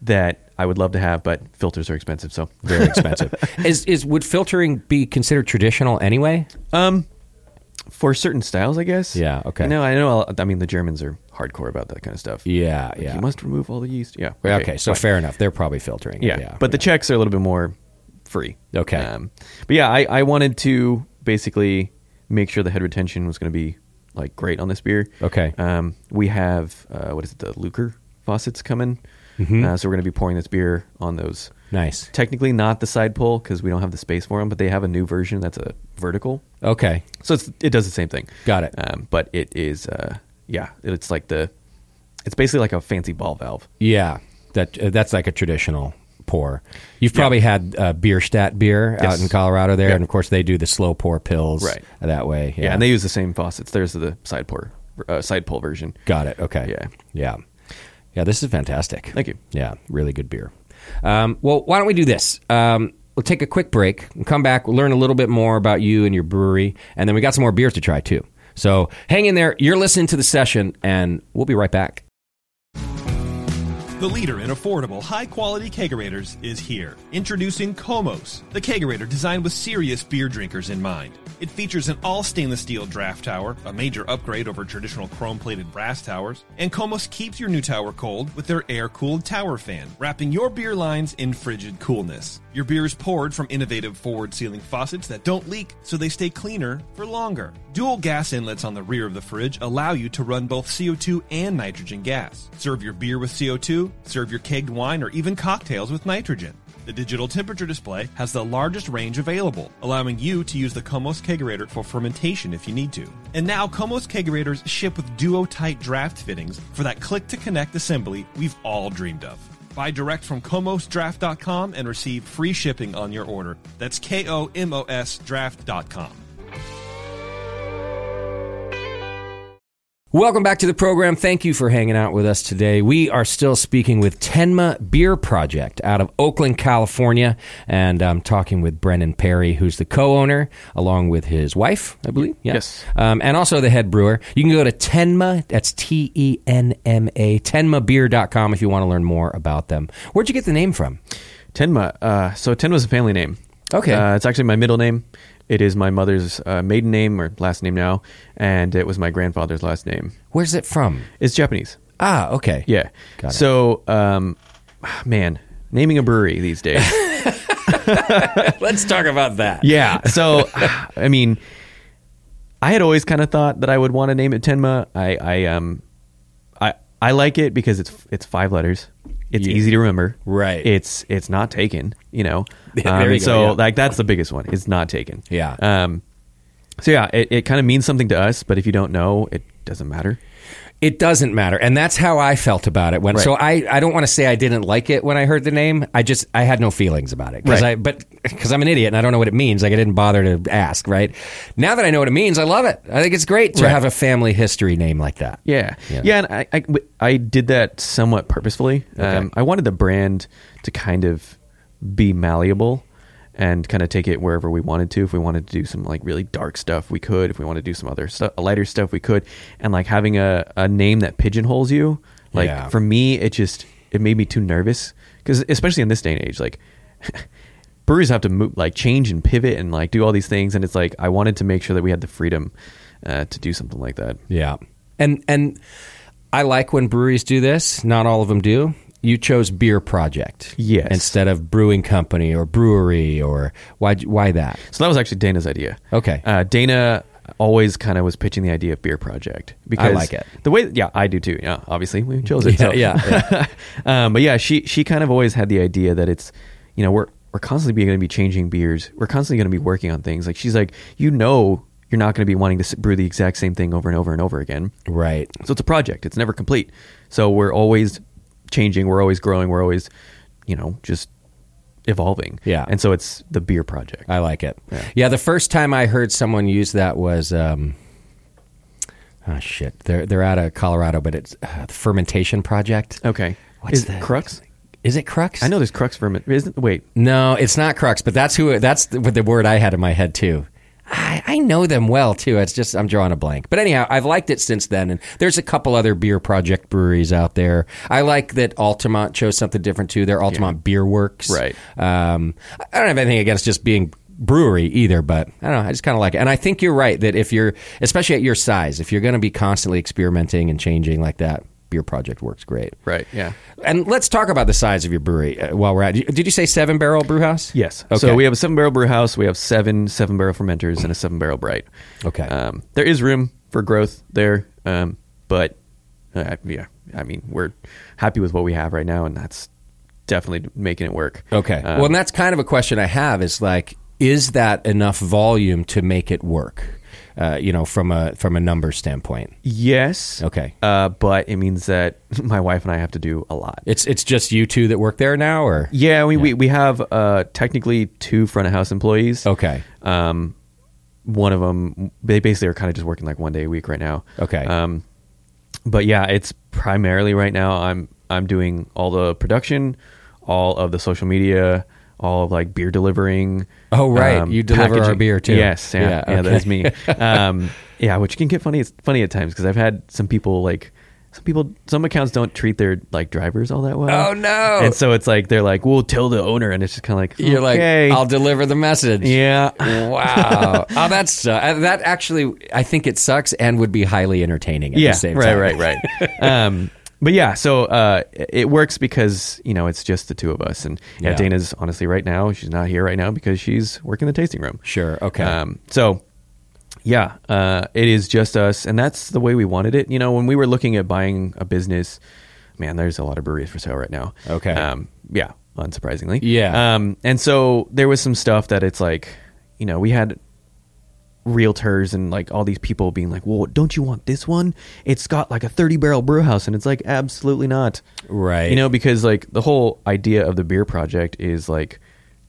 B: that i would love to have but filters are expensive so
A: Very expensive. is is would filtering be considered traditional anyway?
B: for certain styles i guess
A: Yeah, okay.
B: no i know i mean the germans are hardcore about that kind of stuff
A: Yeah,
B: Like,
A: yeah.
B: you must remove all the yeast yeah
A: okay, so
B: fine.
A: fair enough. They're probably filtering. it,
B: Yeah. but the checks are a little bit more free. Um,
A: Okay.
B: but yeah, I, I wanted to basically make sure the head retention was going to be like great on this beer.
A: Okay.
B: Um, we have uh, what is it? The Lucre faucets coming.
A: Mm-hmm.
B: Uh, so we're going to be pouring this beer on those.
A: nice.
B: Technically, not the side pull because we don't have the space for them, but they have a new version that's a vertical.
A: Okay.
B: So it's, it does the same thing.
A: Got it.
B: Um, but it is, uh, yeah, it's like the, it's basically like a fancy ball valve.
A: Yeah, that uh, that's like a traditional pour. You've probably had uh, Bierstadt beer out
B: Yes.
A: in Colorado there, and of course they do the slow pour pills
B: Right.
A: that way. Yeah,
B: Yeah, and they use the same faucets. There's the side pour, uh, side pull version.
A: got it. Okay.
B: Yeah.
A: yeah, yeah. This is fantastic.
B: Thank you.
A: Yeah, really good beer. Um, well, why don't we do this? Um, we'll take a quick break and come back. We'll learn a little bit more about you and your brewery, and then we got some more beers to try too. So hang in there. You're listening to the session, and we'll be right back.
C: The leader in affordable, high quality kegerators is here. Introducing Komos, the kegerator designed with serious beer drinkers in mind. It features an all stainless steel draft tower, a major upgrade over traditional chrome plated brass towers, and Komos keeps your new tower cold with their air cooled tower fan, wrapping your beer lines in frigid coolness. Your beer is poured from innovative forward sealing faucets that don't leak, so they stay cleaner for longer. Dual gas inlets on the rear of the fridge allow you to run both CO2 and nitrogen gas. Serve your beer with CO2, serve your kegged wine, or even cocktails with nitrogen. The digital temperature display has the largest range available, allowing you to use the Comos Kegerator for fermentation if you need to. And now Comos Kegerators ship with duo-tight draft fittings for that click-to-connect assembly we've all dreamed of. Buy direct from comosdraft.com and receive free shipping on your order. That's K-O-M-O-S draft.com.
A: Welcome back to the program. Thank you for hanging out with us today. We are still speaking with Tenma Beer Project out of Oakland, California, and I'm talking with Brennan Perry, who's the co-owner, along with his wife, I believe. Yeah.
B: Yes.
A: um, and also the head brewer. You can go to Tenma. That's T E N M A. TenmaBeer.com if you want to learn more about them. Where'd you get the name from?
B: Tenma. Uh, so Tenma's a family name.
A: Okay.
B: Uh, it's actually my middle name. It is my mother's uh, maiden name or last name now, and it was my grandfather's last name.
A: Where's it from?
B: It's Japanese.
A: Ah, okay.
B: Yeah.
A: Got it.
B: So, um, man, naming a brewery these days.
A: Let's talk about that.
B: yeah. So, I mean, I had always kind of thought that I would want to name it Tenma. I, I, um, I, I like it because it's it's five letters. It's easy to remember.
A: Right.
B: It's it's not taken. You know. Um,
A: There you go,
B: so
A: yeah.
B: like that's the biggest one. It's not taken.
A: Yeah.
B: Um, So yeah, it, it kind of means something to us, but if you don't know, it doesn't matter.
A: It doesn't matter, and that's how I felt about it. When so I, I don't want to say I didn't like it when I heard the name. I just I had no feelings about it because
B: Right.
A: I but because I'm an idiot and I don't know what it means. Like I didn't bother to ask. Right now that I know what it means, I love it. I think it's great to
B: Right.
A: have a family history name like that.
B: Yeah. Yeah. and I, I, I did that somewhat purposefully. Um, I wanted the brand to kind of be malleable and kind of take it wherever we wanted to. If we wanted to do some like really dark stuff, we could. If we wanted to do some other stuff, lighter stuff, we could. And like having a, a name that pigeonholes you, like
A: Yeah.
B: for me, it just, it made me too nervous. Cause especially in this day and age, like breweries have to move, like change and pivot and like do all these things. And it's like, I wanted to make sure that we had the freedom uh, to do something like that.
A: Yeah, and and I like when breweries do this. Not all of them do. You chose beer project,
B: Yes.
A: instead of brewing company or brewery or why why that?
B: So that was actually Dana's idea.
A: Okay.
B: Uh, Dana always kind of was pitching the idea of beer project because
A: like it.
B: The way, yeah, I do too. Yeah, obviously we chose it. so.
A: yeah,
B: um, but yeah, she she kind of always had the idea that it's, you know, we're we're constantly going to be changing beers. We're constantly going to be working on things. Like she's like, you know, you're not going to be wanting to s- brew the exact same thing over and over and over again.
A: Right.
B: So it's a project. It's never complete. So we're always changing. We're always growing. We're always, you know, just evolving.
A: Yeah.
B: And so it's the beer project.
A: I like it. Yeah. the first time I heard someone use that was um, oh shit. They're they're out of Colorado, but it's uh, the fermentation project.
B: Okay.
A: What's
B: Is
A: the-
B: Crux?
A: Is it Crux?
B: I know there's Crux ferment. Isn't wait?
A: No, it's not Crux, but that's who. That's the, the word I had in my head too. I, I know them well too. It's just I'm drawing a blank. But anyhow, I've liked it since then. And there's a couple other beer project breweries out there. I like that Altamont chose something different too. They're Altamont Beer Works.
B: Right.
A: Um, I don't have anything against just being brewery either, but I don't know. I just kind of like it. And I think you're right that if you're, especially at your size, if you're going to be constantly experimenting and changing like that, beer project works great.
B: Right. Yeah.
A: And let's talk about the size of your brewery uh, while we're at. Did you say seven barrel brew house?
B: Yes.
A: Okay.
B: So we have a seven barrel brew house. We have seven seven barrel fermenters and a seven barrel bright.
A: Okay.
B: Um, there is room for growth there, um, but uh, yeah, I mean we're happy with what we have right now, and that's definitely making it work.
A: okay.
B: Um,
A: well, and that's kind of a question I have. Is like, is that enough volume to make it work? Uh, you know, from a from a number standpoint.
B: yes.
A: Okay.
B: Uh, but it means that my wife and I have to do a lot.
A: It's it's just you two that work there now, or
B: Yeah. We we, we have uh, technically two front of house employees.
A: okay,
B: Um, one of them, they basically are kind of just working like one day a week right now.
A: Okay.
B: Um, but yeah, it's primarily right now. I'm I'm doing all the production, all of the social media, all of like beer delivering. Um,
A: Oh, right. You deliver our
B: packaging.
A: beer, too.
B: Yes, yeah,
A: Yeah,
B: yeah,
A: okay.
B: that's me. Um, yeah, which can get funny. It's funny at times because I've had some people like. Some people, some accounts don't treat their like drivers all that well.
A: Oh, no.
B: And so it's like they're like, "We'll tell the owner," and it's just kind of like,
A: you're like,
B: "Okay."
A: I'll deliver the message.
B: yeah,
A: Wow. oh, that's uh, that actually. I think it sucks and would be highly entertaining. At
B: yeah,
A: the same
B: right,
A: time.
B: right, right. um, but yeah, so uh, it works because you know it's just the two of us, and yeah,
A: Yeah.
B: Dana's honestly right now she's not here right now because she's working the tasting room.
A: Sure. Okay.
B: Um, so yeah, uh, it is just us, and that's the way we wanted it. You know, when we were looking at buying a business, man, there's a lot of breweries for sale right now.
A: Okay.
B: Um, yeah, unsurprisingly.
A: Yeah.
B: Um, and so there was some stuff that it's like, you know, we had realtors and like all these people being like, "Well, don't you want this one? It's got like a 30 barrel brew house." And it's like, "Absolutely not."
A: Right.
B: You know, because like the whole idea of the beer project is like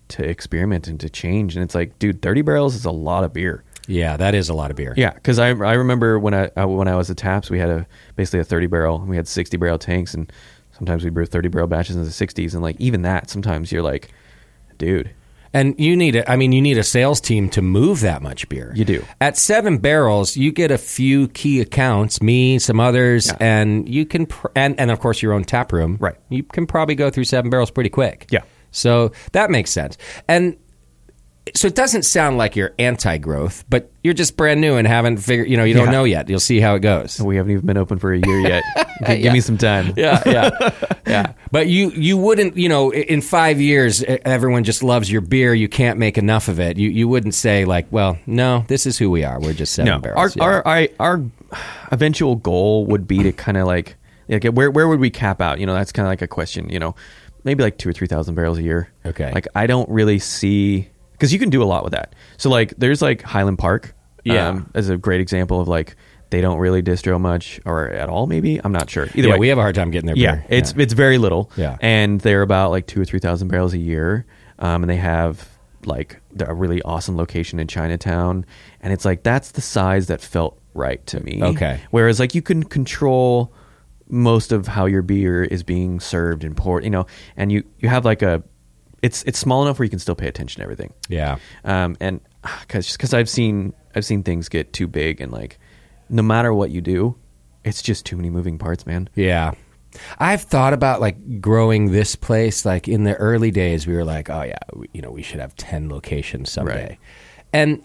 B: to experiment and to change and it's like, dude, 30 barrels is a lot of beer.
A: yeah, that is a lot of beer.
B: Yeah, because I I remember when I, I when I was at Taps, we had a basically a thirty barrel, and we had sixty barrel tanks, and sometimes we brew thirty barrel batches in the sixties, and like even that, sometimes you're like, dude,
A: And you need a, I mean, you need a sales team to move that much beer.
B: You do.
A: At seven barrels, you get a few key accounts, me, some others, and you can, pr- and, and of course your own tap room.
B: Right.
A: You can probably go through seven barrels pretty quick.
B: Yeah.
A: So that makes sense. And so it doesn't sound like you're anti growth, but you're just brand new and haven't figured, you know, you don't
B: Yeah.
A: know yet. You'll see how it goes.
B: we haven't even been open for a year yet. G- Give me some time.
A: Yeah, yeah, yeah. But you you wouldn't you know i- in five years e- everyone just loves your beer. You can't make enough of it. You you wouldn't say like, well, no, this is who we are. We're just seven
B: No, our,
A: barrels. Yeah.
B: our our our eventual goal would be to kind of like like where where would we cap out? You know, that's kind of like a question. You know, maybe like two or three thousand barrels a year.
A: Okay.
B: like I don't really see because you can do a lot with that. So like, there's like Highland Park. um,
A: Yeah.
B: as a great example of like they don't really distro much or at all. Maybe I'm not sure. Either
A: yeah,
B: way,
A: we have a hard time getting there.
B: yeah, it's it's very little.
A: Yeah.
B: and they're about like two or three thousand barrels a year, um, and they have like they're a really awesome location in Chinatown, and it's like that's the size that felt right to me.
A: Okay.
B: whereas like you can control most of how your beer is being served and poured, you know, and you you have like a it's it's small enough where you can still pay attention to everything
A: yeah,
B: um, and because just because I've seen I've seen things get too big and like no matter what you do, it's just too many moving parts, man.
A: yeah. I've thought about like growing this place. Like in the early days, we were like, oh yeah, we, you know, we should have ten locations someday.
B: Right.
A: And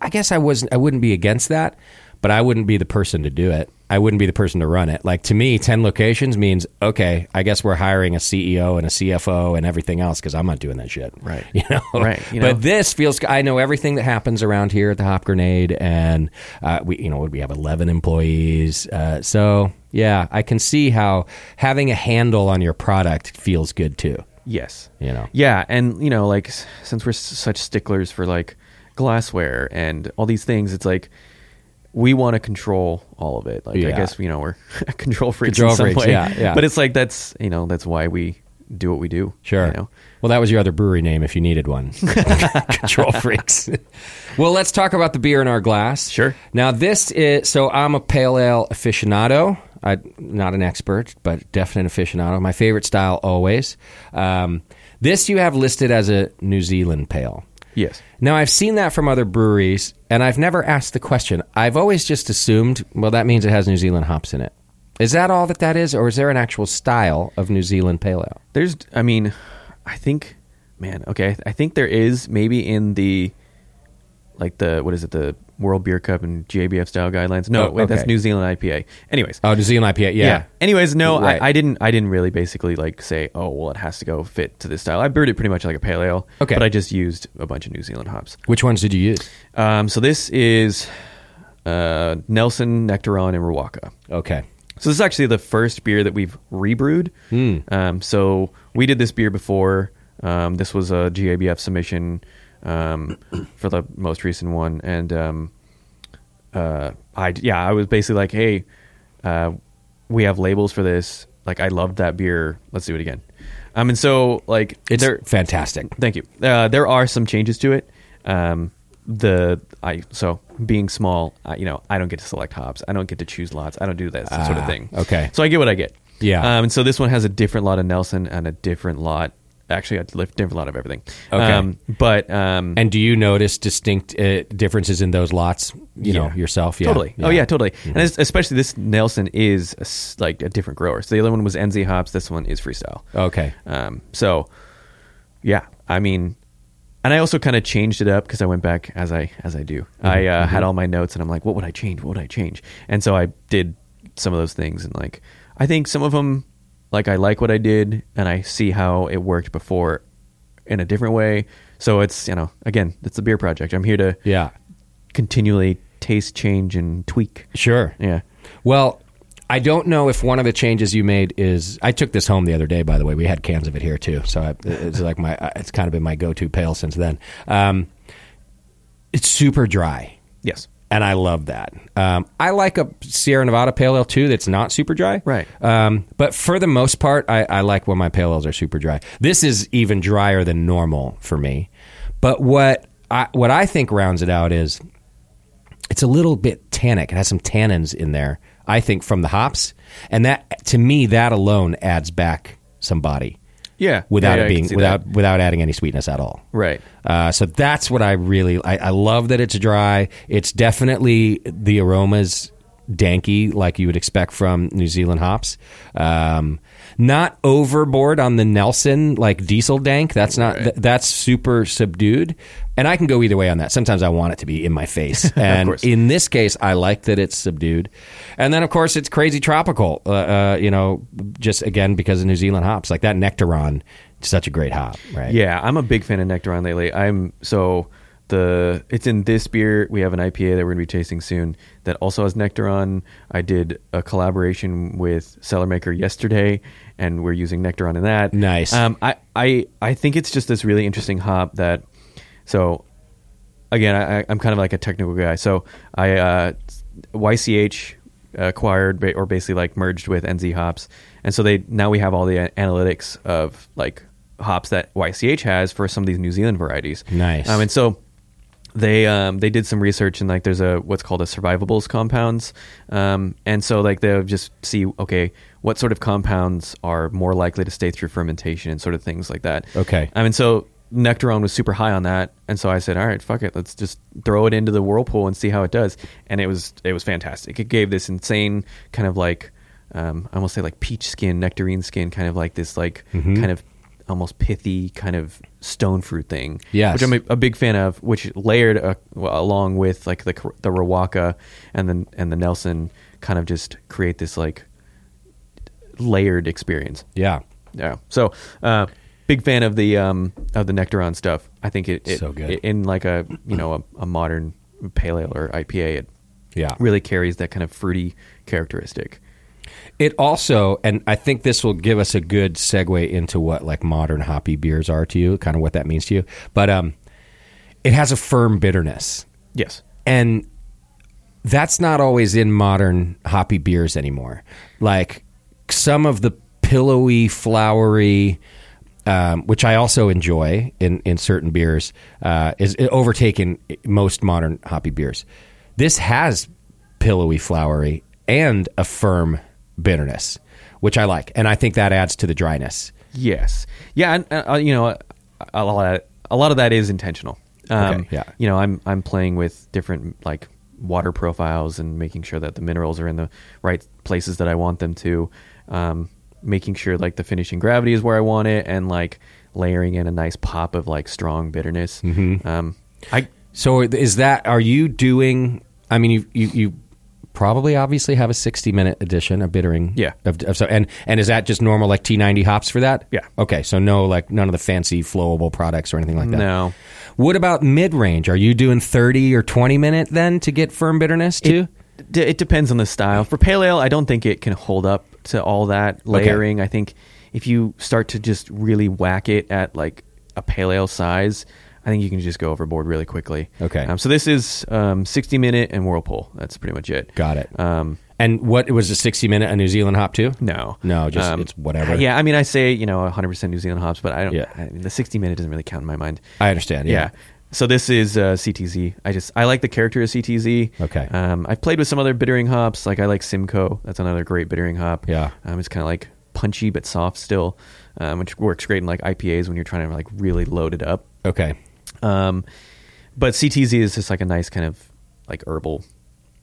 A: I guess I wasn't. I wouldn't be against that, but I wouldn't be the person to do it. I wouldn't be the person to run it. Like to me, ten locations means okay. I guess we're hiring a CEO and a CFO and everything else because I'm not doing that shit.
B: Right.
A: You know.
B: Right, you know.
A: But this feels. I know everything that happens around here at the Hop Grenade, and uh, we, you know, we have eleven employees. Uh, so yeah, I can see how having a handle on your product feels good too.
B: Yes,
A: You know.
B: yeah, and you know, like s- since we're s- such sticklers for like glassware and all these things, it's like we want to control all of it. Like I
A: Yeah.
B: guess you know we're control freaks
A: Control
B: in some
A: freaks,
B: way,
A: yeah, yeah.
B: But it's like that's you know that's why we do what we do.
A: Sure.
B: you know?
A: Well, that was your other brewery name if you needed one. Control freaks. well, let's talk about the beer in our glass.
B: Sure.
A: Now, this is so I'm a pale ale aficionado. I not an expert, but definite aficionado. My favorite style always. Um, this you have listed as a New Zealand pale.
B: Yes.
A: Now, I've seen that from other breweries, and I've never asked the question. I've always just assumed, well, that means it has New Zealand hops in it. Is that all that that is, or is there an actual style of New Zealand pale ale?
B: There's, I mean, I think, man, okay, I think there is maybe in the, like the what is it, the World Beer Cup and JBF style guidelines. No,
A: Oh,
B: wait, that's
A: okay.
B: New Zealand IPA. Anyways,
A: Oh, New Zealand IPA. Yeah.
B: Anyways, no,
A: Right.
B: I, I didn't. I didn't really basically like say, oh, well, it has to go fit to this style. I brewed it pretty much like a pale ale.
A: Okay.
B: but I just used a bunch of New Zealand hops.
A: Which ones did you use?
B: Um, so this is uh, Nelson, Nectaron, and Ruwaka.
A: Okay.
B: So this is actually the first beer that we've rebrewed. Um, so we did this beer before. Um, this was a GABF submission um, for the most recent one, and um, uh, I yeah, I was basically like, hey, uh, we have labels for this. Like, I loved that beer. Let's do it again. Um, and so like
A: It's
B: there-
A: fantastic.
B: Thank you. Uh, there are some changes to it. Um, the I so being small, I, you know, I don't get to select hops. I don't get to choose lots. I don't do that sort of thing.
A: Ah, okay.
B: So I get what I get.
A: Yeah.
B: Um, and so this one has a different lot of Nelson and a different lot, actually a li- different lot of everything.
A: Okay.
B: Um, but um,
A: And do you notice distinct uh, differences in those lots? You know
B: Yeah.
A: yourself. Yeah. Mm-hmm.
B: Totally. Oh yeah, totally. And it's, especially this Nelson is a s like a different grower. So the other one was NZ hops. This one is freestyle.
A: Okay.
B: Um, so, yeah, I mean, and I also kind of changed it up because I went back as I as I do.
A: Mm-hmm,
B: I uh, had all my notes, and I'm like, what would I change? What would I change? And so I did some of those things, and like, I think some of them, like, I like what I did, and I see how it worked before in a different way. So it's you know, again, it's a beer project. I'm here to
A: Yeah.
B: continually taste change and tweak.
A: Sure.
B: Yeah.
A: Well, I don't know if one of the changes you made is. I took this home the other day. By the way, we had cans of it here too, so I, it's like my. It's kind of been my go-to pail since then. Um, it's super dry.
B: Yes.
A: and I love that. Um, I like a Sierra Nevada pale ale too that's not super dry.
B: Right.
A: Um, but for the most part, I, I like when my pale ales are super dry. This is even drier than normal for me. But what I, what I think rounds it out is it's a little bit tannic. It has some tannins in there, I think, from the hops. And that to me, that alone adds back some body.
B: Yeah.
A: Without
B: Yeah, yeah, I
A: it
B: can
A: being
B: see
A: without without adding any sweetness at all.
B: Right.
A: Uh, so that's what I really I, I love that it's dry. It's definitely the aromas danky like you would expect from New Zealand hops. Um, not overboard on the Nelson like diesel dank. That's not th- that's super subdued. And I can go either way on that. Sometimes I want it to be in my face. And
B: course.
A: in this case, I like that it's subdued. And then of course it's crazy tropical. Uh, uh, you know, just again because of New Zealand hops. Like that Nectaron, such a great hop, right?
B: Yeah, I'm a big fan of Nectaron lately. I'm so the it's in this beer. We have an IPA that we're gonna be tasting soon that also has Nectaron. I did a collaboration with Cellar Maker yesterday, and we're using Nectaron in that.
A: Nice.
B: Um, I I I think it's just this really interesting hop that so again, I, I'm kind of like a technical guy, so I uh, YCH acquired ba- or basically like merged with NZ Hops, and so they now we have all the a- analytics of like hops that YCH has for some of these New Zealand varieties.
A: Nice.
B: Um, and so they um, they did some research and like there's a what's called a survivables compounds, um, and so like they'll just see okay what sort of compounds are more likely to stay through fermentation and sort of things like that.
A: Okay.
B: I mean, so Nectarone was super high on that, and so I said, "All right, fuck it, let's just throw it into the whirlpool and see how it does." And it was it was fantastic. It gave this insane kind of like um, I almost say like peach skin, nectarine skin, kind of like this like kind of almost pithy kind of stone fruit thing.
A: Yes.
B: which I'm a, a big fan of. Which layered uh, well, along with like the the Rawaka and then and the Nelson kind of just create this like layered experience.
A: Yeah.
B: Yeah. So, uh, big fan of the um, of the Nectaron stuff. I think it, it,
A: So good.
B: it- in like a you know a, a modern pale ale or IPA. It
A: Yeah.
B: really carries that kind of fruity characteristic.
A: It also, and I think this will give us a good segue into what like modern hoppy beers are to you, kind of what that means to you. But um, it has a firm bitterness,
B: Yes.
A: and that's not always in modern hoppy beers anymore. Like some of the pillowy, flowery, um, which I also enjoy in in certain beers, uh, is overtaken most modern hoppy beers. This has pillowy, flowery, and a firm bitterness, which I like, and I think that adds to the dryness.
B: Yes. Yeah. And, uh, you know, a, a lot of a lot of that is intentional. Um,
A: Okay, yeah.
B: You know, I'm I'm playing with different like water profiles and making sure that the minerals are in the right places that I want them to. Um, making sure like the finishing gravity is where I want it, and like layering in a nice pop of like strong bitterness.
A: Mm-hmm.
B: Um, I
A: So is that are you doing? I mean, you you, you probably obviously have a sixty minute edition of bittering.
B: Yeah.
A: Of, of so and and is that just normal like T ninety hops for that?
B: Yeah.
A: Okay, so no like none of the fancy flowable products or anything like that.
B: No.
A: What about mid range? Are you doing thirty or twenty minute then to get firm bitterness too?
B: D- it depends on the style. For pale ale, I don't think it can hold up to all that layering. I think if you start to just really whack it at like a pale ale size, I think you can just go overboard really quickly.
A: Okay.
B: Um, so this is um, 60 minute and whirlpool. That's pretty much it.
A: Got it.
B: Um,
A: Uh, and what was a sixty minute a New Zealand hop too?
B: no, Um,
A: No, just- it's whatever.
B: Yeah, I mean, I say you know 100 percent New Zealand hops, but I don't.
A: Yeah.
B: I, the 60 minute doesn't really count in my mind.
A: I understand.
B: Yeah. So this is uh, CTZ. I just I like the character of CTZ.
A: Okay.
B: Um, I've played with some other bittering hops. Like I like Simcoe. That's another great bittering hop.
A: Yeah.
B: Um, it's kind of like punchy but soft still, um, which works great in like IPAs when you're trying to like really load it up.
A: Okay.
B: Um, but CTZ is just like a nice kind of like herbal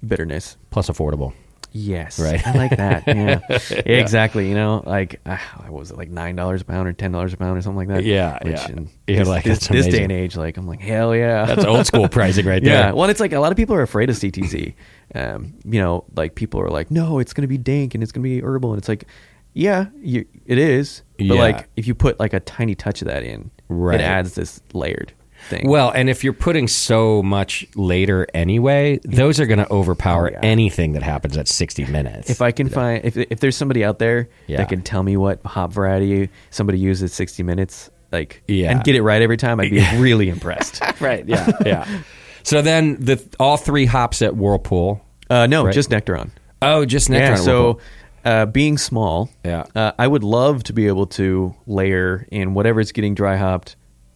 B: bitterness.
A: Plus affordable.
B: Yes.
A: Right.
B: I like that. Yeah. Exactly. You know, like uh, what was it like nine dollars a pound or ten dollars a pound or something like that?
A: Yeah,
B: Which
A: yeah.
B: in
A: You're
B: this,
A: like,
B: this,
A: that's
B: this
A: amazing.
B: day and age, like I'm like hell yeah.
A: That's old school pricing right there.
B: Yeah. Well, it's like a lot of people are afraid of CTZ. Um, you know, like people are like, no, it's going to be dank and it's going to be herbal. And it's like, yeah, you, it is. But
A: Yeah.
B: like, if you put like a tiny touch of that in,
A: Right.
B: it adds this layered thing.
A: Well, and if you're putting so much later anyway, those are going to overpower
B: yeah.
A: anything that happens at 60 minutes.
B: if I can find, if, if there's somebody out there
A: Yeah.
B: that can tell me what hop variety somebody uses 60 minutes, like,
A: Yeah.
B: and get it right every time, I'd be really impressed.
A: right, yeah, yeah. So then the all three hops at Whirlpool.
B: Uh, no,
A: Right.
B: just Nectaron.
A: Oh, just next
B: yeah,
A: round at
B: so
A: Whirlpool.
B: uh, being small,
A: Yeah.
B: uh, I would love to be able to layer in whatever's getting dry hopped,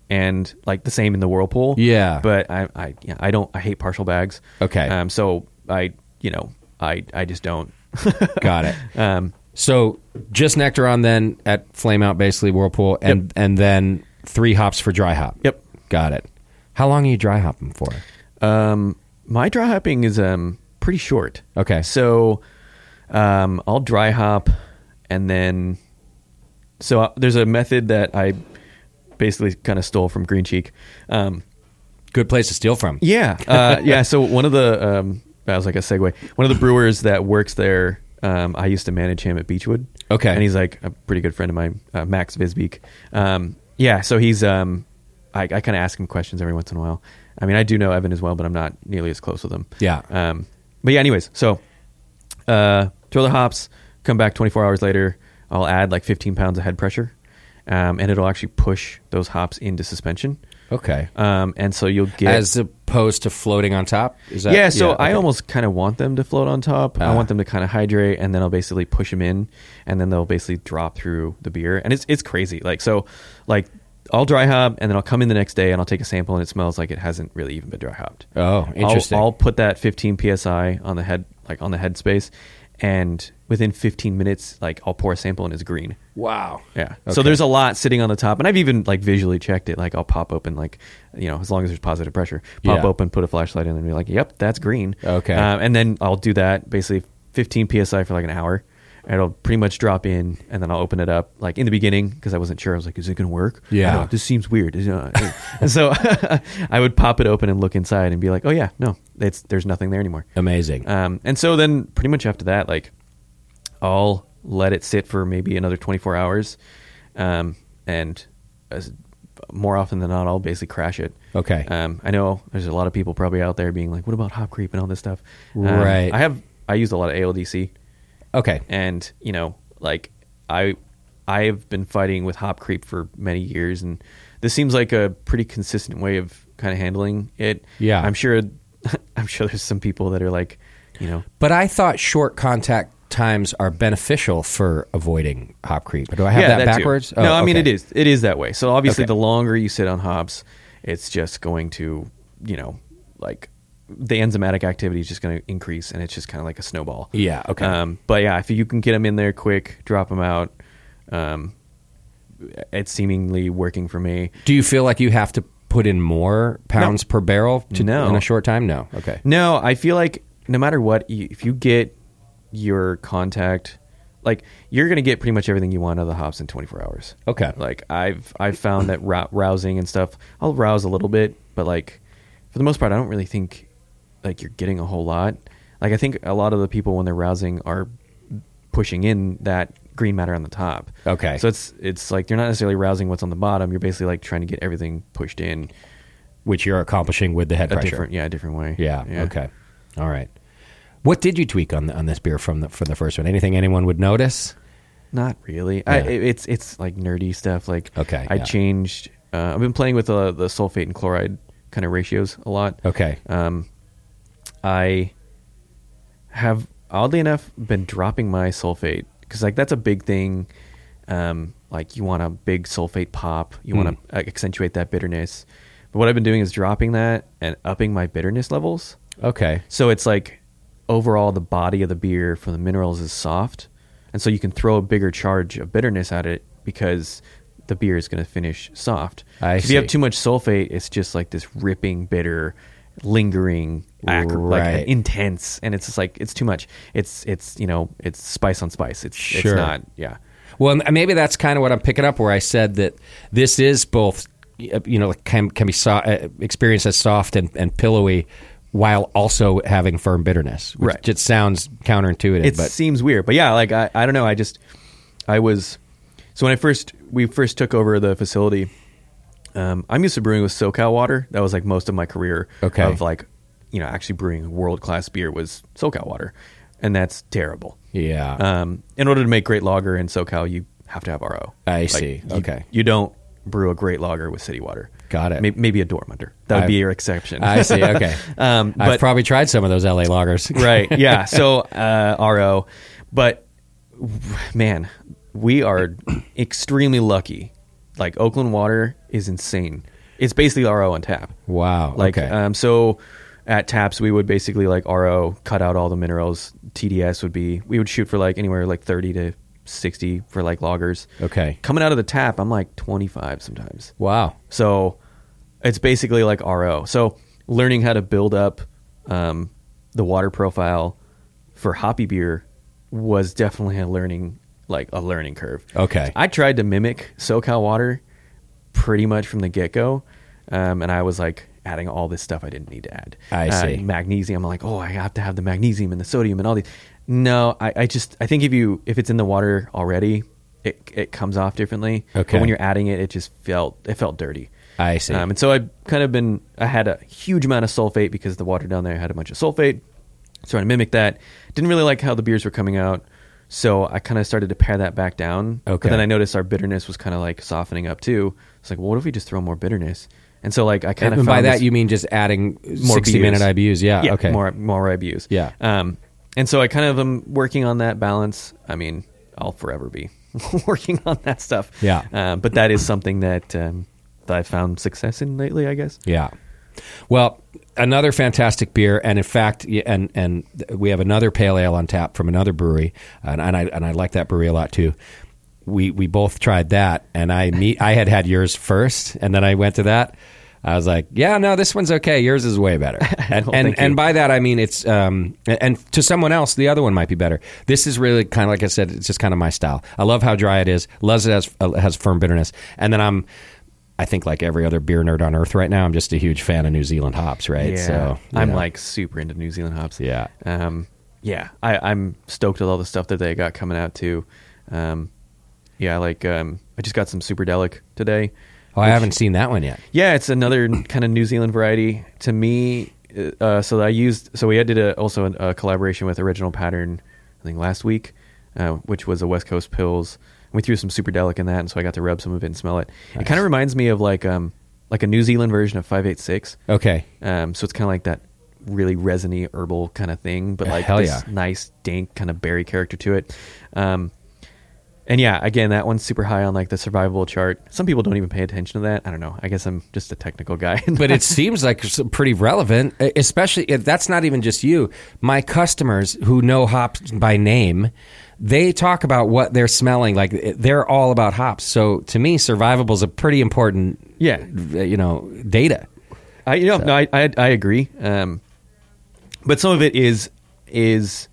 B: and like the same in the whirlpool.
A: Yeah.
B: but I, I, yeah, I don't. I hate partial bags.
A: Okay.
B: um, so I, you know, I, I just don't.
A: got it.
B: um,
A: So just Nectaron then at Flame Out basically Whirlpool and and then three hops for dry hop.
B: Yep.
A: Got it. How long are you dry hopping for?
B: um, my dry hopping is um pretty short.
A: Okay.
B: so, um, I'll dry hop, and then so uh, there's a method that I basically kind of stole from Green Cheek. Um,
A: Good place to steal from.
B: Yeah, uh, yeah. So one of the um, that was like a segue. One of the brewers that works there, um, I used to manage him at Beechwood.
A: Okay.
B: and he's like a pretty good friend of mine, uh, Max Visbeek. Um, yeah, so he's um, I, I kind of ask him questions every once in a while. I mean, I do know Evan as well, but I'm not nearly as close with him.
A: Yeah.
B: Um, but yeah, anyways, so uh, throw the hops, come back 24 hours later. I'll add like 15 pounds of head pressure, um, and it'll actually push those hops into suspension.
A: Okay.
B: Um, and so you'll get
A: As opposed to floating on top? Is that,
B: yeah, so I
A: okay.
B: almost kind of want them to float on top. I
A: Ah.
B: want them to kind of hydrate, and then I'll basically push them in, and then they'll basically drop through the beer, and it's it's crazy. Like so, like I'll dry hop, and then I'll come in the next day, and I'll take a sample, and it smells like it hasn't really even been dry hopped.
A: Oh,
B: I'll-
A: interesting.
B: I'll, put that 15 psi on the head, like on the headspace, and within 15 minutes, like I'll pour a sample, and it's green.
A: Wow.
B: Yeah. So there's a lot sitting on the top, and I've even like visually checked it. Like I'll pop open, like you know, as long as there's positive pressure, pop
A: Yeah.
B: open, put a flashlight in, and be like, "Yep, that's green."
A: Okay.
B: Um, and then I'll do that basically 15 psi for like an hour. and It'll pretty much drop in, and then I'll open it up. Like in the beginning, because I wasn't sure, I was like, "Is it gonna work?" I
A: Yeah.
B: don't- this seems weird. Is it- uh, and so I would pop it open and look inside and be like, "Oh yeah, no, it's there's nothing there anymore."
A: Amazing.
B: Um, and so then pretty much after that, like I'll let it sit for maybe another 24 hours. Um, and as, more often than not, I'll basically crash it.
A: Okay.
B: Um, I know there's a lot of people probably out there being like, what about hop creep and all this stuff? Um,
A: Right.
B: I have, I used a lot of ALDC
A: okay.
B: and you know like i i've been fighting with hop creep for many years and this seems like a pretty consistent way of kind of handling it
A: Yeah.
B: i'm sure i'm sure there's some people that are like you know
A: But I thought short contact times are beneficial for avoiding hop creep. Do I have that,
B: too.
A: backwards?
B: no,
A: Oh,
B: I mean it
A: okay.
B: is. It is that way. So obviously,
A: Okay.
B: the longer you sit on hops, it's just going to, you know, like the enzymatic activity is just going to increase, and it's just kind of like a snowball.
A: Yeah, okay.
B: Um, but yeah, if you can get them in there quick, drop them out. Um, it's seemingly working for me.
A: Do you feel like you have to put in more pounds per barrel to,
B: No.
A: in a short time? No. Okay.
B: No, I feel like no matter what, you, if you get your contact, like you're going to get pretty much everything you want out of the hops in 24 hours.
A: Okay.
B: Like I've I've found that rou- rousing and stuff, I'll rouse a little bit, but like for the most part, I don't really think like you're getting a whole lot. Like I think a lot of the people when they're rousing are pushing in that green matter on the top.
A: Okay.
B: So it's it's like you're not necessarily rousing what's on the bottom. You're basically like trying to get everything pushed in
A: Which you're accomplishing with the head
B: a
A: pressure.
B: different yeah, a different way.
A: Yeah, Okay. All right. What did you tweak on the, on this beer from the for the first one? Anything anyone would notice?
B: Not really. I,
A: Yeah.
B: it- it's it's like nerdy stuff. Like
A: Okay,
B: I
A: yeah.
B: changed. Uh, I've been playing with uh, the sulfate and chloride kind of ratios a lot.
A: Okay.
B: Um, I have oddly enough been dropping my sulfate because like that's a big thing. Um, like you want a big sulfate pop. You want to accentuate that bitterness. But what I've been doing is dropping that and upping my bitterness levels.
A: Okay.
B: So it's like overall the body of the beer from the minerals is soft, and so you can throw a bigger charge of bitterness at it because the beer is going to finish soft.
A: I
B: if you
A: see.
B: have too much sulfate, it's just like this ripping bitter, lingering, acrid,
A: Right.
B: like intense, and it's just like it's too much. It's it's you know it's spice on spice. It's
A: Sure.
B: it's not yeah.
A: Well, m- maybe that's kind of what I'm picking up. Where I said that this is both, y- you know, can can be so, uh, experienced as soft and, and pillowy, while also having firm bitterness. Which
B: Right.
A: Just sounds counterintuitive,
B: It
A: but
B: seems weird, but yeah, like I, I don't know. I just, I was, so when I first we first took over the facility, um, I'm used to brewing with SoCal water. That was like most of my career.
A: Okay.
B: Of like, you know, actually brewing world class beer was SoCal water, and that's terrible.
A: yeah.
B: Um, in order to make great lager in SoCal, you have to have RO.
A: I
B: Like,
A: see.
B: you-
A: Okay.
B: You don't brew a great lager with city water.
A: Got it.
B: May- Maybe a Dortmunder. That would
A: I-
B: be your exception.
A: I see. Okay.
B: um,
A: I've
B: but-
A: probably tried some of those LA lagers.
B: right yeah so uh, ro but w- man we are extremely lucky like oakland water is insane it's basically ro on tap
A: Wow.
B: like
A: okay.
B: um, so at taps we would basically like ro cut out all the minerals tds would be we would shoot for like anywhere like 30 to 60 for like loggers
A: okay.
B: coming out of the tap i'm like 25 sometimes
A: Wow.
B: so it's basically like RO. So learning how to build up um, the water profile for hoppy beer was definitely a learning like a learning curve.
A: Okay.
B: I tried to mimic SoCal water pretty much from the get go, um, and I was like adding all this stuff I didn't need to add.
A: I
B: Uh,
A: see.
B: magnesium. I'm like, oh, I have to have the magnesium and the sodium and all these. No, I, I just I think if you if it's in the water already, it it comes off differently.
A: Okay.
B: But when you're adding it, it just felt it felt dirty.
A: I see.
B: Um, and so I kind of been I had a huge amount of sulfate because the water down there had a bunch of sulfate. So I mimicked that. Didn't really like how the beers were coming out. So I kind of started to pare that back down.
A: Okay.
B: But then I noticed our bitterness was kind of like softening up too. It's like, well, what if we just throw more bitterness? And so like I kind of
A: And by that you mean just adding
B: more
A: sixty minute IBUs? Yeah. okay.
B: More more IBUs.
A: Yeah.
B: Um, and so I kind of am working on that balance. I mean, I'll forever be working on that stuff.
A: Yeah.
B: Uh, but that is something that um, that I've found success in lately. I guess.
A: Yeah. Well, another fantastic beer, and in fact, y- and and we have another pale ale on tap from another brewery, and, and I and I like that brewery a lot too. We we both tried that, and I meet I had had yours first, and then I went to that. I was like, yeah, no, this one's okay. Yours is way better, and and, and by that I mean it's um and- and to someone else the other one might be better. This is really kind of like I said, it's just kind of my style. I love how dry it is. Loves it has uh, has firm bitterness, and then I'm I think like every other beer nerd on earth right now, I'm just a huge fan of New Zealand hops, right? So uh, you
B: I'm
A: know.
B: like super into New Zealand hops.
A: Yeah.
B: Um, yeah, I, I'm stoked with all the stuff that they got coming out too. Um, yeah, like um, I just got some Superdelic today.
A: oh, I haven't seen that one yet.
B: Yeah, it's another kind of New Zealand variety to me. Uh, so I used so we did a, also a, collaboration with Original Pattern, I think last week, uh, which was a West Coast Pills. We threw some superdelic in that, and so I got to rub some of it and smell it. It kind of reminds me of like um like a New Zealand version of five eight six.
A: Okay.
B: Um, so it's kind of like that really resiny herbal kind of thing, but like
A: Hell
B: this
A: yeah.
B: nice dank kind of berry character to it. Um, and yeah, again, that one's super high on like the survivable chart. Some people don't even pay attention to that. I don't know. I guess I'm just a technical guy.
A: But it seems like it's pretty relevant, e, especially if that's not even just you. My customers who know hops by name, they talk about what they're smelling. Like e, they're all about hops. So to me, survivable is a pretty important, e,
B: Yeah.
A: you know, data.
B: I you know no, I, I I agree. Um, but some of it is is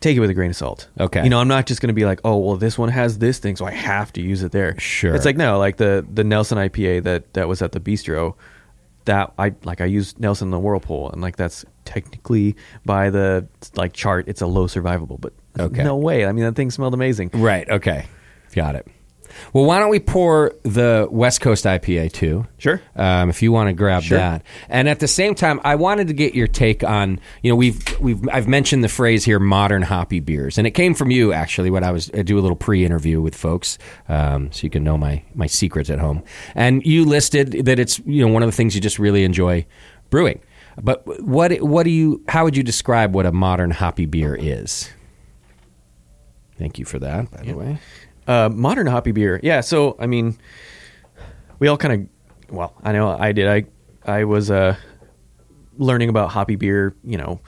B: take it with a grain of salt.
A: Okay.
B: you know I'm not just going to be like, oh well, this one has this thing, so I have to use it there.
A: Sure.
B: it's like no, like the the Nelson IPA that that was at the bistro. That I like, I used Nelson in the Whirlpool, and like that's technically by the like chart, it's a low survivable, but
A: Okay.
B: no way. I mean, that thing smelled amazing.
A: Right. Okay. Got it. Well, why don't we pour the West Coast IPA too?
B: Sure.
A: Um, if you want to grab that, and at the same time, I wanted to get your take on you know we've we've I've mentioned the phrase here modern hoppy beers, and it came from you actually when I was I do a little pre-interview with folks, um, so you can know my my secrets at home. And you listed that it's you know one of the things you just really enjoy brewing. But what what do you how would you describe what a modern hoppy beer is? Thank you for that, by the way.
B: Uh, modern hoppy beer. Yeah. So I mean, we all kind of. Well, I know I did. I I was uh, learning about hoppy beer. You know,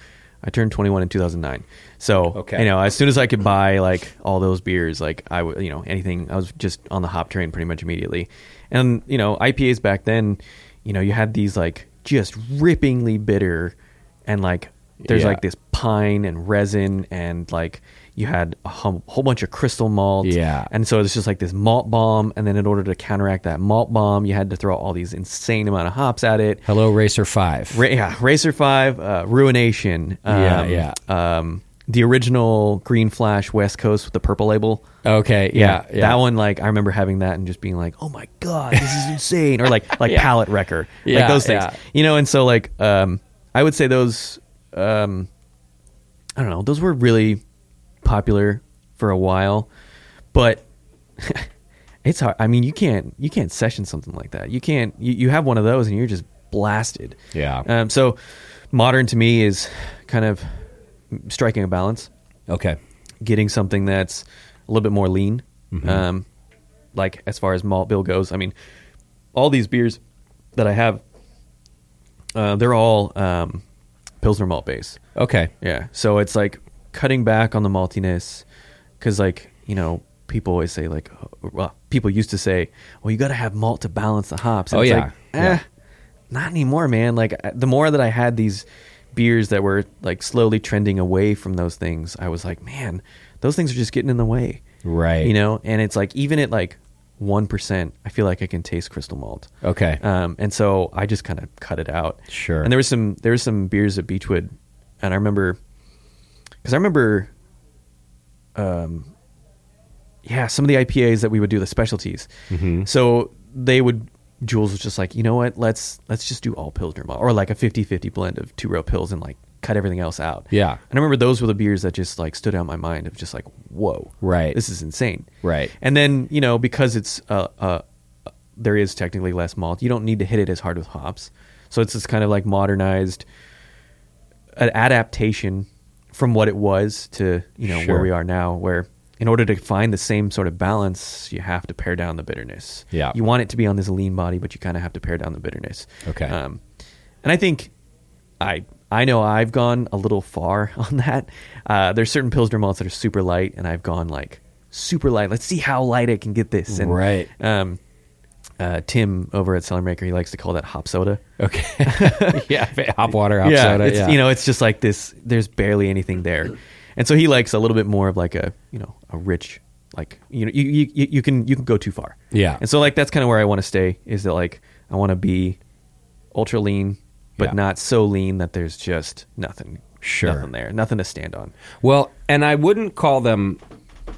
B: I turned 21 in 2009. So
A: Okay.
B: you know, as soon as I could buy like all those beers, like I would, you know, anything, I was just on the hop train pretty much immediately. And you know, IPAs back then, you know, you had these like just rippingly bitter, and like there's
A: Yeah.
B: like this pine and resin and like you had a hum- whole bunch of crystal malt
A: Yeah.
B: and so it's just like this malt bomb and then in order to counteract that malt bomb you had to throw all these insane amount of hops at it
A: Hello, Racer Five.
B: Ra- yeah racer 5 uh, ruination um,
A: Yeah,
B: um, the original green flash west coast with the purple label
A: okay, yeah, yeah.
B: that one like i remember having that and just being like oh my god this is insane or like like palette wrecker
A: Yeah,
B: like those things
A: yeah.
B: you know and so like um i would say those um i don't know those were really popular for a while but it's hard i mean you can't you can't session something like that you can't you, you have one of those and you're just blasted
A: Yeah.
B: um so modern to me is kind of striking a balance
A: Okay,
B: getting something that's a little bit more lean, um, like as far as malt bill goes. I mean, all these beers that I have, uh, they're all um, pilsner malt base.
A: okay,
B: Yeah, so it's like cutting back on the maltiness because, like, you know, people always say like, oh, well, people used to say, well, you got to have malt to balance the hops. And
A: Oh,
B: it's
A: yeah.
B: like,
A: Yeah.
B: eh, not anymore, man. Like I- the more that I had these beers that were like slowly trending away from those things, I was like, man, those things are just getting in the way,
A: Right.
B: You know, and it's like even at like one percent, I feel like I can taste crystal malt.
A: okay.
B: Um, and so I just kind of cut it out.
A: Sure.
B: And there was some there was some beers at Beechwood, and I remember because I remember, um, yeah, some of the IPAs that we would do the specialties.
A: Mm-hmm.
B: So they would. Jules was just like, you know what? Let's let's just do all pilsner malt, or like a 50-50 blend of two row pills and like cut everything else out.
A: Yeah.
B: And I remember those were the beers that just like stood out in my mind of just like, whoa,
A: Right.
B: this is insane,
A: Right.
B: And then you know because it's uh, uh there is technically less malt, you don't need to hit it as hard with hops, so it's this kind of like modernized an adaptation from what it was to you know
A: Sure.
B: where we are now where in order to find the same sort of balance you have to pare down the bitterness
A: Yeah.
B: you want it to be on this lean body but you kind of have to pare down the bitterness
A: Okay.
B: um, and i think i i know i've gone a little far on that uh, there's certain pilsner malts that are super light and i've gone like super light let's see how light i can get this and
A: Right.
B: um, uh, tim over at cellar maker he likes to call that hop soda
A: Okay. yeah. Hop water, hop
B: yeah,
A: soda.
B: it's,
A: yeah.
B: you know, it's just like this. There's barely anything there, and so he likes a little bit more of like a you know a rich like you know you you, you you can you can go too far.
A: Yeah.
B: and so like that's kind of where I want to stay is that like I want to be ultra lean, but
A: Yeah.
B: not so lean that there's just nothing,
A: Sure.
B: nothing there, nothing to stand on.
A: Well, and I wouldn't call them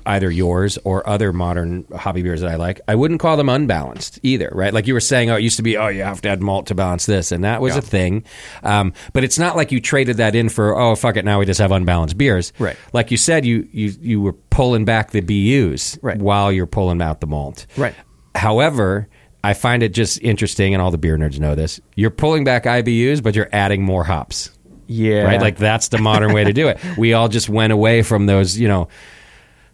A: either yours or other modern hobby beers that I like. I wouldn't call them unbalanced either, right? Like you were saying, oh, it used to be, oh, you have to add malt to balance this, and that was a thing. Um, but it's not like you traded that in for, oh, fuck it, now we just have unbalanced beers,
B: Right.
A: Like you said, you you you were pulling back the BUs
B: Right.
A: while you're pulling out the malt,
B: Right.
A: However. I find it just interesting, and all the beer nerds know this. You're pulling back IBUs, but you're adding more hops
B: Yeah,
A: right? Like that's the modern way to do it. We all just went away from those, you know,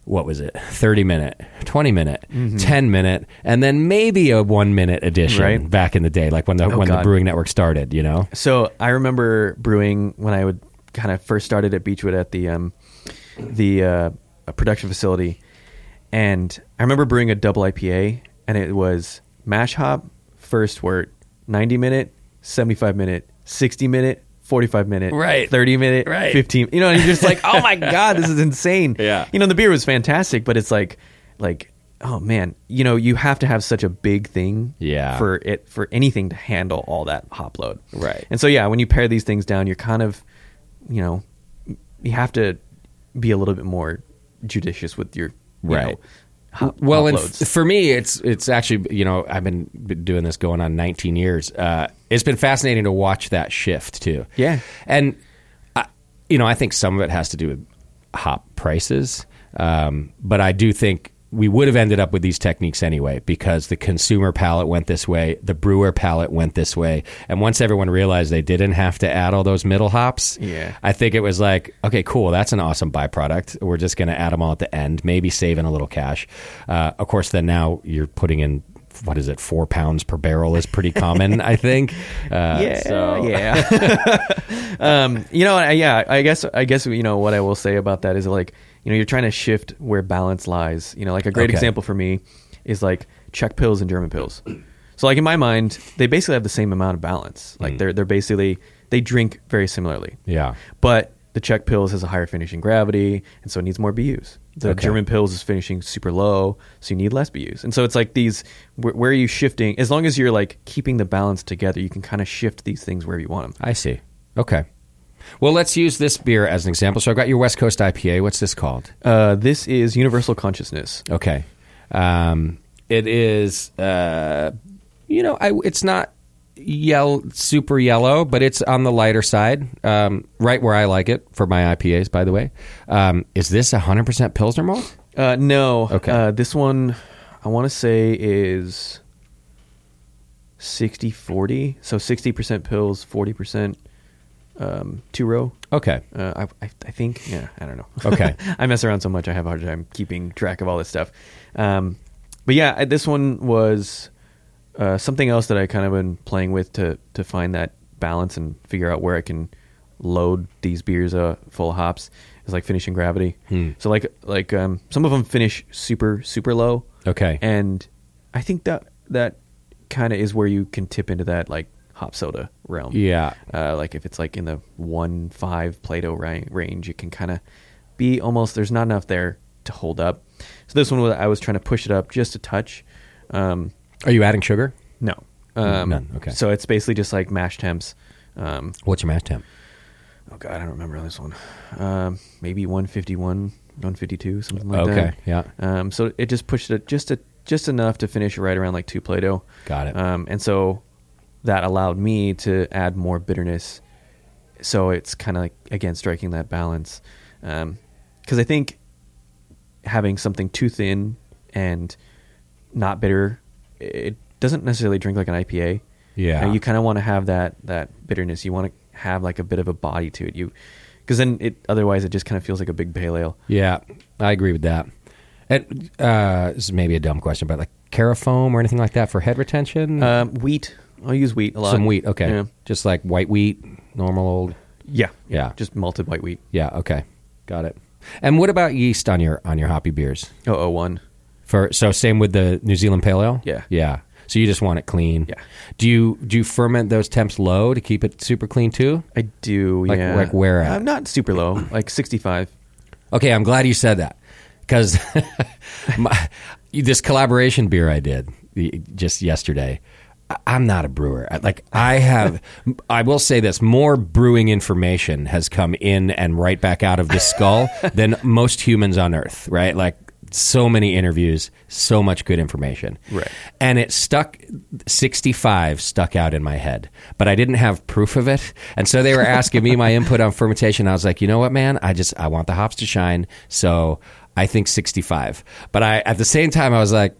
A: what was it? 30 minute, 20 minute,
B: Mm-hmm.
A: 10 minute, and then maybe a 1 minute edition
B: Right. Oh,
A: back in the day like when the when the
B: God.
A: brewing network started, you know.
B: So I remember brewing when I would kind of first started at Beechwood at the um, the uh, production facility, and I remember brewing a double IPA, and it was mash hop, first wort, ninety minute, seventy five minute, sixty minute. 45 minute,
A: Right.
B: 30 minute,
A: Right.
B: 15. You know, and you're just like, oh my God, this is insane.
A: Yeah.
B: You know, the beer was fantastic, but it's like, like, oh man, you know, you have to have such a big thing
A: Yeah.
B: for it for anything to handle all that hop load.
A: Right.
B: And so yeah, when you pare these things down, you're kind of, you know, you have to be a little bit more judicious with your you
A: Right.
B: know, hop,
A: well,
B: hop
A: and
B: loads.
A: f- for me, it's it's actually you know I've been, been doing this going on 19 years. Uh, it's been fascinating to watch that shift too.
B: Yeah.
A: and I, you know I think some of it has to do with hop prices, um, but I do think we would have ended up with these techniques anyway because the consumer palate went this way, the brewer palate went this way, and once everyone realized they didn't have to add all those middle hops,
B: Yeah.
A: I think it was like, okay, cool, that's an awesome byproduct. We're just going to add them all at the end, maybe saving a little cash. Uh, of course, then now you're putting in what is it, four pounds per barrel is pretty common, I think. Uh,
B: yeah,
A: so-
B: yeah. um, you know, I- yeah. I guess, I guess, you know, what I will say about that is like, you know, you're trying to shift where balance lies. You know, like a great
A: Okay.
B: example for me is like Czech pills and German pills. So, like in my mind, they basically have the same amount of balance. Like they're they're basically they drink very similarly.
A: Yeah.
B: But the Czech pills has a higher finishing gravity, and so it needs more BUs. The
A: Okay.
B: German pills is finishing super low, so you need less BUs. And so it's like these where, where are you shifting? As long as you're like keeping the balance together, you can kind of shift these things wherever you want them.
A: I see. Okay. Well, let's use this beer as an example. So I've got your West Coast IPA. What's this called?
B: Uh, this is universal consciousness.
A: Okay. Um, it is, uh, you know, I, it's not yell super yellow, but it's on the lighter side, um, right where I like it for my IPAs. By the way, um, is this hundred percent Pilsner malt?
B: Uh, no,
A: Okay.
B: Uh, this one I want to say is 60-40. so sixty percent pills, forty percent um, two row.
A: Okay.
B: Uh, I, I, I think, yeah, I don't know.
A: Okay.
B: I mess around so much, I have a hard time keeping track of all this stuff. Um, but yeah, I- this one was uh, something else that I kind of been playing with to to find that balance and figure out where I can load these beers uh, full of hops. Is like finishing gravity.
A: Hmm.
B: So like like um, some of them finish super super low.
A: Okay.
B: And I think that that kind of is where you can tip into that like hop soda realm
A: Yeah.
B: uh, like if it's like in the one five Play-Doh ri- range, it can kind of be almost. There's not enough there to hold up. So this one, was, I was trying to push it up just a touch. Um,
A: Are you adding sugar?
B: no, um,
A: None, okay.
B: So it's basically just like mash temps. Um,
A: What's your mash temp?
B: oh god, I don't remember on this one. Um, maybe 151, 152, something like
A: Okay,
B: that.
A: yeah.
B: Um, so it just pushed it just a, just enough to finish right around like two Play-Doh.
A: Got it.
B: Um, and so that allowed me to add more bitterness so it's kind of like again striking that balance because I think having something too thin and not bitter it doesn't necessarily drink like an IPA.
A: Yeah.
B: And you kind of want to have that that bitterness. You want to have like a bit of a body to it. You because then it otherwise it just kind of feels like a big pale ale.
A: Yeah, I agree with that. And uh, this is maybe a dumb question, but like carafoam or anything like that for head retention?
B: Um, wheat. I'll use wheat a lot.
A: Some wheat, okay.
B: Yeah.
A: Just like white wheat, normal old.
B: Yeah.
A: Yeah.
B: Just malted white wheat.
A: Yeah, okay, got it. And what about yeast on your on your hoppy beers?
B: Oh, oh, one.
A: For so same with the New Zealand Pale Ale.
B: Yeah.
A: yeah. So you just want it clean.
B: Yeah.
A: Do you do you ferment those temps low to keep it super clean too?
B: I do.
A: Like-
B: yeah.
A: like where at?
B: I'm not super low. Like 65.
A: Okay, I'm glad you said that because this collaboration beer I did y- just yesterday. I- I'm not a brewer. I- Like I have, I will say this: more brewing information has come in and right back out of the skull than most humans on Earth. Right? Like so many interviews, so much good information.
B: Right.
A: And it stuck, 65 stuck out in my head, but I didn't have proof of it. And so they were asking me my input on fermentation. I was like, you know what, man? I just, I want the hops to shine. So I think 65. But I, at the same time, I was like,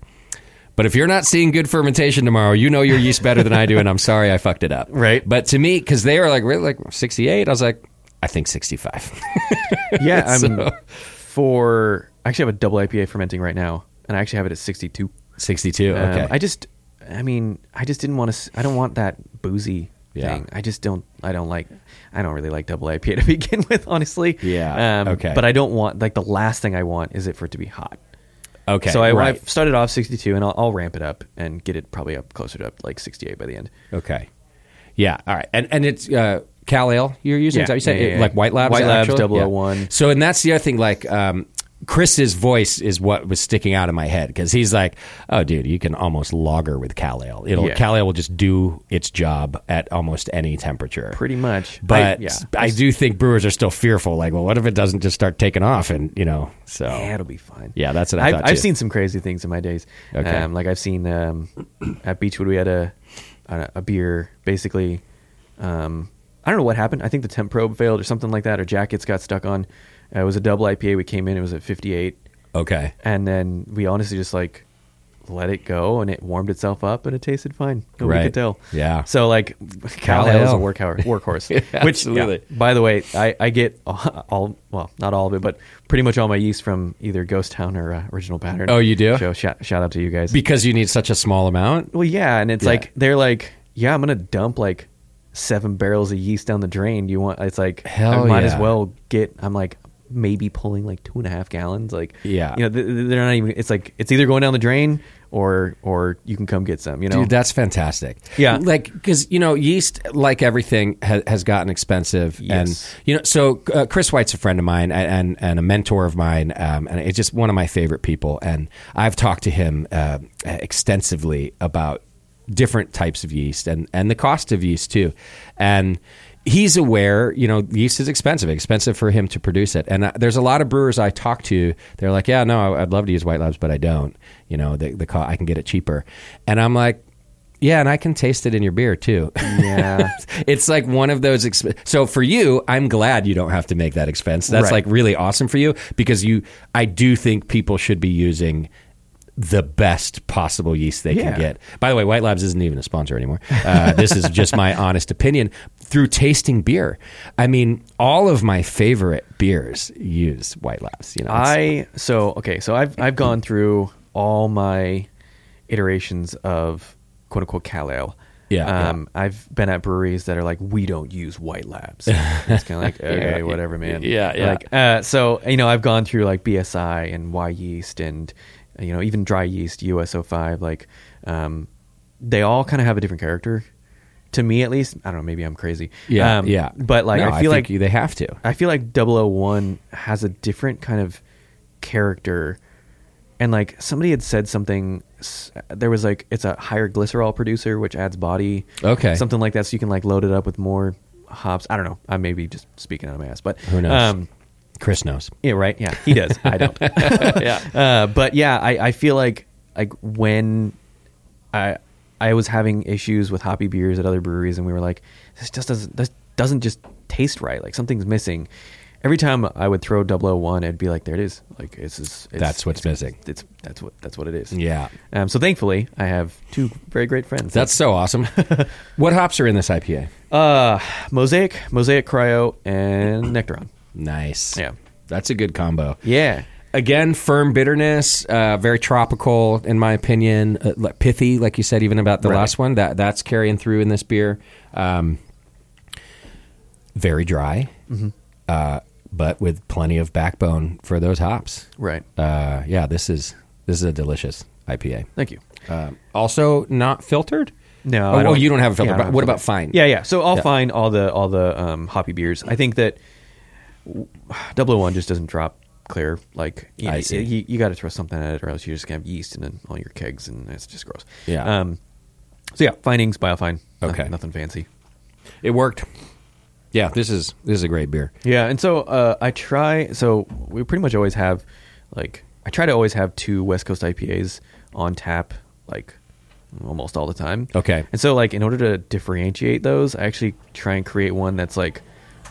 A: but if you're not seeing good fermentation tomorrow, you know your yeast better than I do. And I'm sorry I fucked it up.
B: Right.
A: But to me, because they were like, really like 68, I was like, I think 65.
B: Yeah. I'm
A: So-
B: for. I actually have a double IPA fermenting right now, and I actually have it at 62.
A: 62.
B: Um,
A: Okay.
B: I just. I mean, I just didn't want to. I don't want that boozy
A: Yeah.
B: thing. I just don't. I don't like. I don't really like double IPA to begin with, honestly.
A: Yeah,
B: Um,
A: okay.
B: But I don't want. Like the last thing I want is it for it to be hot.
A: okay.
B: so I,
A: right.
B: I've started off 62, and I'll, I'll ramp it up and get it probably up closer to up like 68 by the end.
A: Okay. Yeah. All right. And and it's uh, Cal Ale you're using. Is
B: Yeah.
A: that what you said?
B: Yeah, yeah, yeah.
A: Like White Labs.
B: White Labs
A: actual?
B: 001.
A: Yeah. So and that's the other thing. Like um, Chris's voice is what was sticking out in my head because he's like, "Oh, dude, you can almost lager with Cal Ale. It'll
B: Yeah.
A: Cal Ale will just do its job at almost any temperature."
B: Pretty much.
A: But
B: I- yeah.
A: I do think brewers are still fearful. Like, well, what if it doesn't just start taking off? And you know, so
B: Yeah, it'll be fine.
A: Yeah, that's what I
B: I've,
A: thought,
B: I've
A: too.
B: seen some crazy things in my days.
A: Okay.
B: Um, like I've seen um, at Beechwood, we had a a, a beer. Basically, um, I don't know what happened. I think the temp probe failed or something like that, or jackets got stuck on. Uh, it was a double IPA. We came in. It was at 58,
A: okay.
B: and then we honestly just like let it go, and it warmed itself up, and it tasted fine. And We
A: Right.
B: could tell.
A: Yeah.
B: So like, Cal
A: Cal
B: Ale is a
A: Ale.
B: workhorse. workhorse. Which,
A: absolutely.
B: yeah, by the way, I, I get all, all- well, not all of it, but pretty much all my yeast from either Ghost Town or uh, Original Pattern.
A: Oh, you do?
B: So shout, shout out to you guys.
A: Because you need such a small amount.
B: well, yeah, and it's
A: Yeah.
B: like they're like, yeah, I'm gonna dump like seven barrels of yeast down the drain. You want? It's like
A: Hell
B: I might as
A: yeah.
B: well get. I'm like maybe pulling like two and a half gallons. Like
A: Yeah.
B: you know, th- th- they're not even. It's like it's either going down the drain or or you can come get some. You know,
A: Dude, that's fantastic.
B: Yeah.
A: like because you know yeast, like everything, ha- has gotten expensive.
B: Yes.
A: And you know, so uh, Chris White's a friend of mine and and, and a mentor of mine, um, and it's just one of my favorite people. And I've talked to him uh, extensively about different types of yeast and and the cost of yeast too, and. He's aware, you know, yeast is expensive, expensive for him to produce it. And uh, there's a lot of brewers I talk to, they're like, yeah, no, I- I'd love to use White Labs, but I don't. You know, the, the co- I can get it cheaper. And I'm like, yeah, and I can taste it in your beer too.
B: yeah.
A: it's like one of those. Exp- so for you, I'm glad you don't have to make that expense. That's
B: Right.
A: like really awesome for you because you. I do think people should be using the best possible yeast they
B: Yeah.
A: can get. By the way, White Labs isn't even a sponsor anymore. Uh, this is just my honest opinion through tasting beer. I mean, all of my favorite beers use White Labs. You know, it's-
B: I so okay, so I've I've gone through all my iterations of quote unquote Cal Ale.
A: Yeah,
B: Um, I've been at breweries that are like, we don't use white labs. it's kind of like, okay, whatever, man.
A: Yeah, yeah.
B: Like, uh, so you know, I've gone through like BSI and Y yeast and you know even dry yeast USO5. Like, um, they all kind of have a different character. To me, at least, I don't know. Maybe I'm crazy.
A: yeah,
B: Um,
A: yeah.
B: But like,
A: No,
B: I feel
A: think
B: like
A: they have to.
B: I feel like 001 has a different kind of character. And like somebody had said something, s- there was like, it's a higher glycerol producer, which adds body.
A: Okay.
B: Something like that. So you can like load it up with more hops. I don't know. I may be just speaking out of my ass, but
A: Who knows?
B: Um,
A: Chris knows.
B: yeah, right. Yeah, he does. I don't. yeah. Uh, but yeah, I, I feel like like when I I was having issues with hoppy beers at other breweries, and we were like, this just doesn't this doesn't just taste right. Like something's missing. Every time I would throw 001, it'd be like, there it is. Like it's, it's
A: That's what's
B: it's-
A: missing.
B: It's, that's what that's what it is.
A: Yeah.
B: Um, so thankfully, I have two very great friends.
A: That's so awesome. what hops are in this IPA?
B: uh, Mosaic, Mosaic Cryo, and Nectaron.
A: Nice.
B: Yeah.
A: That's a good combo.
B: Yeah.
A: Again, firm bitterness, uh, very tropical, in my opinion, uh, like pithy, like you said, even about the
B: Right.
A: last one. That that's carrying through in this beer. Um, very dry,
B: Mm-hmm.
A: uh, but with plenty of backbone for those hops.
B: Right.
A: Uh, yeah, this is this is a delicious IPA.
B: Thank you.
A: Um, also, not filtered.
B: No,
A: Oh,
B: I
A: well,
B: don't-
A: you don't have a filter.
B: yeah, I
A: but
B: don't have
A: what
B: filter.
A: about fine?
B: Yeah, yeah. So I'll
A: Yeah.
B: find all the all the um, hoppy beers. I think that Double One just doesn't drop clear. Like you,
A: I see.
B: you, got to throw something at it, or else you're just gonna have yeast in all your kegs, and it's just gross.
A: Yeah.
B: Um. So yeah, findings biofine.
A: Okay.
B: Nothing, nothing fancy.
A: it worked. Yeah, this is this is a great beer.
B: Yeah, and so uh, I try. So we pretty much always have, like, I try to always have two West Coast IPAs on tap, like, almost all the time.
A: Okay.
B: And so, like, in order to differentiate those, I actually try and create one that's like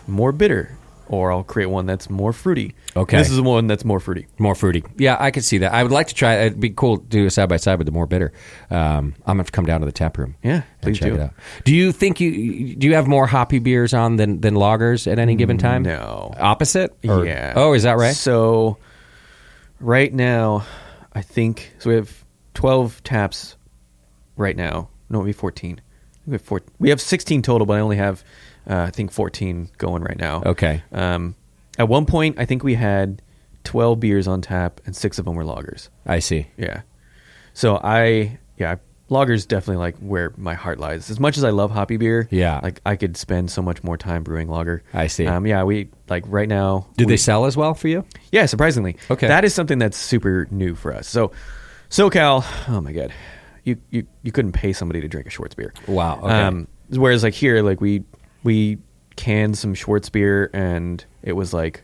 B: more bitter, or I'll create one that's more fruity.
A: Okay.
B: This is the one that's more fruity.
A: More fruity. Yeah, I could see that. I would like to try. It'd be cool to do a side by side with the more bitter. Um, I'm gonna have to come down to the tap room.
B: Yeah,
A: and
B: please
A: check
B: do.
A: it out. Do you think you do you have more hoppy beers on than than lagers at any given time?
B: No.
A: Opposite. Or-
B: yeah.
A: Oh, is that right?
B: So, right now, I think so. We have twelve taps right now. No, it'd be fourteen. We have four. We have sixteen total, but I only have, uh, I think, fourteen going right now.
A: Okay.
B: Um, at one point, I think we had twelve beers on tap, and six of them were loggers.
A: I see.
B: Yeah. So I yeah, lagers definitely like where my heart lies. As much as I love hoppy beer,
A: Yeah.
B: like I could spend so much more time brewing lager.
A: I see.
B: Um, yeah, we like right now.
A: Did
B: we-
A: they sell as well for you?
B: Yeah, surprisingly.
A: Okay.
B: That is something that's super new for us. So, SoCal. Oh my god, you you you couldn't pay somebody to drink a Schwartz beer. Um,
A: Wow, okay.
B: whereas like here, like we we canned some Schwartz beer and it was like,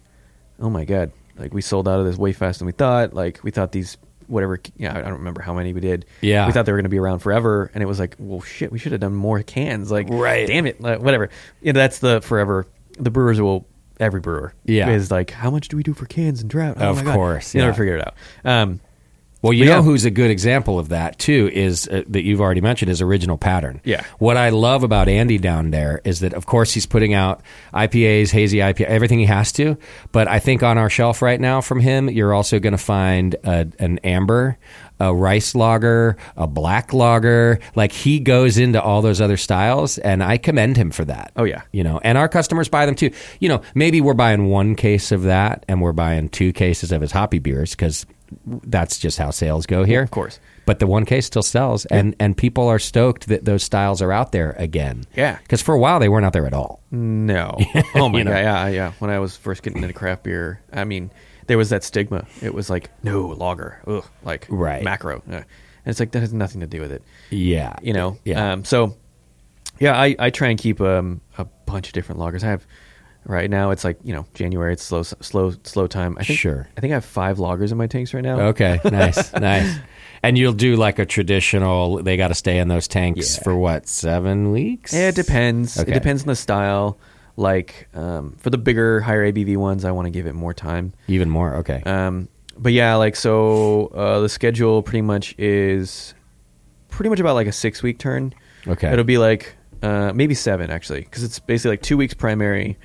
B: oh my god, like we sold out of this way faster than we thought. Like we thought these whatever yeah i don't remember how many we did
A: Yeah.
B: we thought they were going to be around forever and it was like well shit we should have done more cans like
A: Right.
B: damn it like, whatever you know that's the forever the brewers will every brewer
A: Yeah.
B: is like how much do we do for cans and drought Oh
A: Of course,
B: you
A: yeah.
B: never figured it out. Um,
A: Well, you
B: But
A: know
B: yeah.
A: who's a good example of that too is uh, that you've already mentioned is original pattern.
B: Yeah.
A: What I love about Andy down there is that of course he's putting out IPAs, hazy IPA, everything he has to. But I think on our shelf right now from him, you're also going to find a, an amber, a rice lager, a black lager. Like he goes into all those other styles, and I commend him for that.
B: Oh, yeah.
A: You know, and our customers buy them too. You know, maybe we're buying one case of that and we're buying two cases of his hoppy beers because that's just how sales go here.
B: Of course.
A: But the one case still sells and, and people are stoked that those styles are out there again.
B: Yeah. Mm.
A: Because for a while they weren't out there at all.
B: no, oh my god, yeah, yeah. When I was first getting into craft beer, I mean, there was that stigma. It was like no lager, ugh, like
A: Right.
B: macro, Ugh. and it's like that has nothing to do with it.
A: Yeah.
B: you know.
A: Yeah.
B: Um, so yeah, I, I try and keep um, a bunch of different loggers. I have right now. It's like you know January. It's slow, slow, slow time. I think,
A: Sure.
B: I think I have five loggers in my tanks right now.
A: Okay. nice. Nice. And you'll do like a traditional, they got to stay in those tanks
B: Yeah.
A: for what, seven weeks?
B: It depends.
A: Okay.
B: It depends on the style. Like um, for the bigger, higher ABV ones, I want to give it more time.
A: Even more. Okay.
B: Um, but yeah, like so, uh, the schedule pretty much is pretty much about like a six week turn.
A: Okay.
B: it'll be like uh, maybe seven actually, because it's basically like two weeks primary,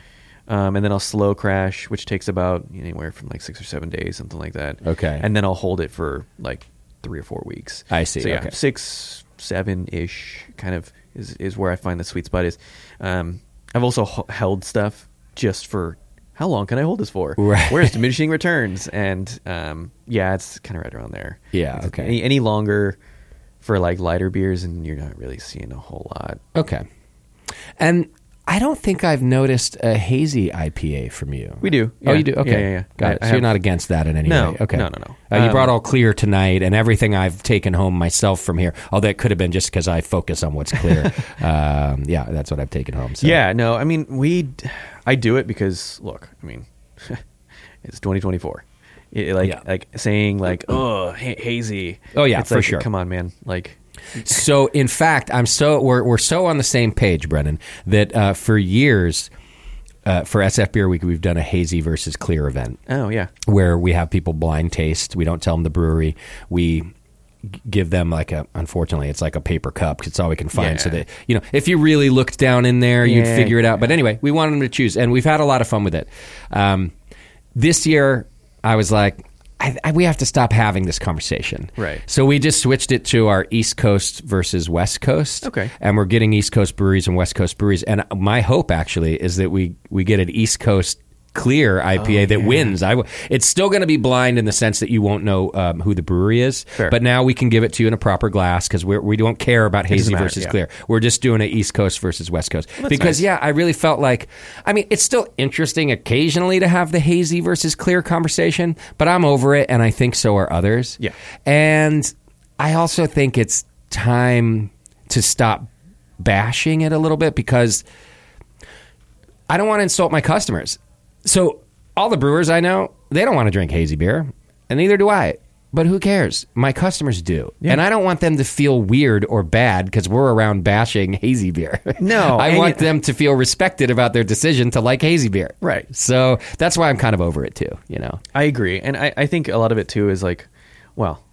B: um, and then I'll slow crash, which takes about anywhere from like six or seven days, something like that.
A: Okay.
B: and then I'll hold it for like three or four weeks.
A: I see,
B: So yeah,
A: okay.
B: six, seven ish kind of is is where I find the sweet spot is. Um, I've also h- held stuff just for how long can I hold this for?
A: Right.
B: Where's diminishing returns? And um, yeah, it's kind of right around there.
A: Yeah,
B: It's-
A: okay.
B: Any, any longer for like lighter beers, and you're not really seeing a whole lot.
A: Okay. And I don't think I've noticed a hazy IPA from you.
B: We do.
A: Oh,
B: Yeah.
A: you do? Okay.
B: Yeah, yeah, yeah.
A: Got
B: I-
A: it.
B: I
A: so you're
B: have-
A: not against that in any
B: No.
A: way. Okay.
B: No, no, no.
A: Uh, you
B: Um,
A: brought all clear tonight and everything I've taken home myself from here. Although it could have been just because I focus on what's clear. um, yeah, that's what I've taken home. So.
B: Yeah, no, I mean we, d- I do it because look, I mean, it's 2024. It- like
A: Yeah.
B: like saying like oh ha- hazy.
A: Oh, yeah,
B: It's
A: for
B: like,
A: sure.
B: Come on, man. Like
A: so in fact i'm so we're, we're so on the same page brennan that uh, for years uh, for SF Beer Week, we've done a hazy versus clear event
B: Oh yeah.
A: where we have people blind taste. We don't tell them the brewery. We g- give them like a unfortunately it's like a paper cup 'cause it's all we can find so
B: Yeah.
A: that you know if you really looked down in there you'd
B: Yeah,
A: figure it out but anyway we wanted them to choose and we've had a lot of fun with it um, this year i was like I, I, we have to stop having this conversation
B: Right.
A: so we just switched it to our east coast versus west coast
B: Okay.
A: and we're getting East Coast breweries and West Coast breweries. And my hope actually is that we we get an East Coast clear
B: Oh,
A: IPA that wins. I w- it's still going to be blind in the sense that you won't know um, who the brewery is,
B: Sure.
A: but now we can give it to you in a proper glass because we we don't care about hazy
B: doesn't matter,
A: versus
B: yeah.
A: clear. We're just doing an East Coast versus West Coast because yeah, I really felt like I mean it's still interesting occasionally to have the hazy versus clear conversation, but I'm over it, and I think so are others.
B: Yeah.
A: And I also think it's time to stop bashing it a little bit because I don't want to insult my customers. So all the brewers I know, they don't want to drink hazy beer, and neither do I. But who cares? My customers do. And I don't want them to feel weird or bad because we're around bashing hazy beer.
B: No,
A: I
B: and
A: want
B: you-
A: them to feel respected about their decision to like hazy beer.
B: Right.
A: So that's why I'm kind of over it too, you know?
B: I agree, and I, I think a lot of it too is like, well,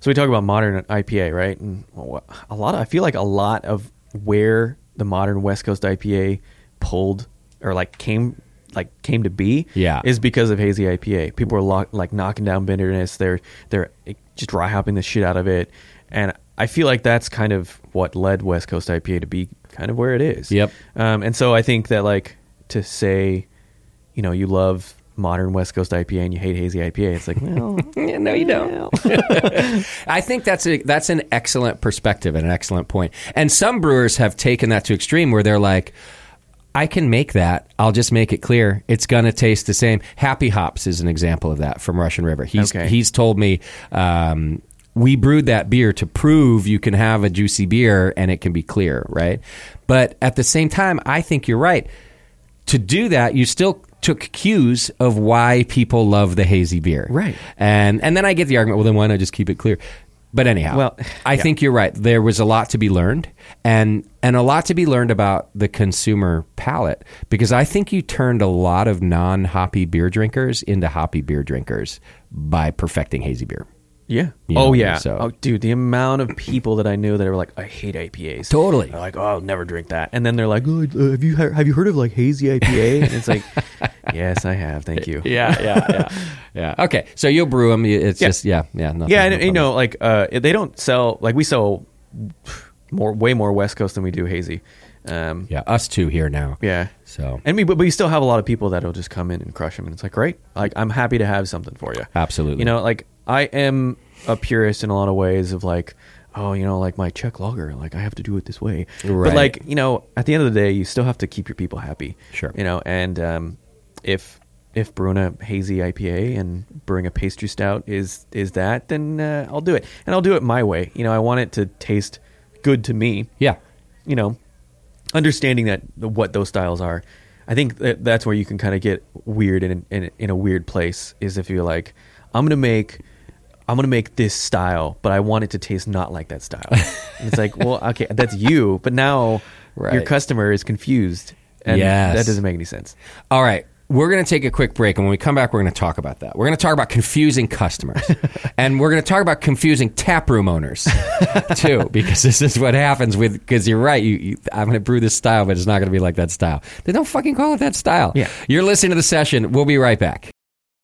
B: so we talk about modern IPA, right? And wha- a lot, of, I feel like a lot of where the modern West Coast IPA pulled or like came like came to be,
A: Yeah.
B: is because of hazy IPA. People are lock, like knocking down bitterness. They're they're eh, just dry hopping the shit out of it, and I feel like that's kind of what led West Coast IPA to be kind of where it is.
A: Yep.
B: Um, and so I think that like to say, you know, you love modern West Coast IPA and you hate hazy IPA, it's like, well,
A: Yeah, no, you don't. I think that's a that's an excellent perspective and an excellent point. And some brewers have taken that to extreme where they're like, I can make that. I'll just make it clear. It's gonna taste the same. Happy Hops is an example of that from Russian River. He's
B: Okay.
A: he's told me. Um, we brewed that beer to prove you can have a juicy beer and it can be clear, right? But at the same time, I think you're right to do that, you still took cues of why people love the hazy beer.
B: Right.
A: And and then I get the argument, well then why not just keep it clear? But anyhow,
B: Well,
A: I think you're right. There was a lot to be learned and and a lot to be learned about the consumer palate because I think you turned a lot of non-hoppy beer drinkers into hoppy beer drinkers by perfecting hazy beer.
B: yeah.
A: You know,
B: oh, yeah.
A: so-
B: Oh, dude, the amount of people that I knew that were like, I hate IPAs.
A: Totally.
B: They're like, oh, I'll never drink that. And then they're like, oh, uh, have you he- have you heard of like hazy IPA? And it's like, yes, I have. Thank you.
A: Yeah, yeah, yeah. yeah. Okay. So you'll brew them. It's just yeah, yeah, nothing,
B: Yeah, and,
A: no
B: you
A: problem.
B: know, like uh, they don't sell like we sell more, way more West Coast than we do hazy. Um,
A: Yeah, us two here now.
B: yeah.
A: So
B: And we, but we still have a lot of people that'll just come in and crush them, and it's like, great, like I'm happy to have something for you.
A: Absolutely.
B: You know, like I am a purist in a lot of ways of like, oh, you know, like my Czech lager, like I have to do it this way.
A: Right.
B: But like, you know, at the end of the day, you still have to keep your people happy.
A: Sure.
B: You know, and um, if if brewing a hazy IPA and brewing a pastry stout is is that, then uh, I'll do it, and I'll do it my way. You know, I want it to taste good to me
A: yeah.
B: you know, understanding that what those styles are, I think that that's where you can kind of get weird in, in in a weird place is if you're like, I'm gonna make. I'm gonna make this style, but I want it to taste not like that style. And it's like, well, okay, that's you, but now your
A: Right.
B: customer is confused, and
A: Yes.
B: that doesn't make any sense.
A: All right. We're going to take a quick break. And when we come back, we're going to talk about that. We're going to talk about confusing customers. and we're going to talk about confusing taproom owners, too, because this is what happens with, because you're right. You, you, I'm going to brew this style, but it's not going to be like that style. They don't fucking call it that style.
B: Yeah.
A: You're listening to the session. We'll be right back.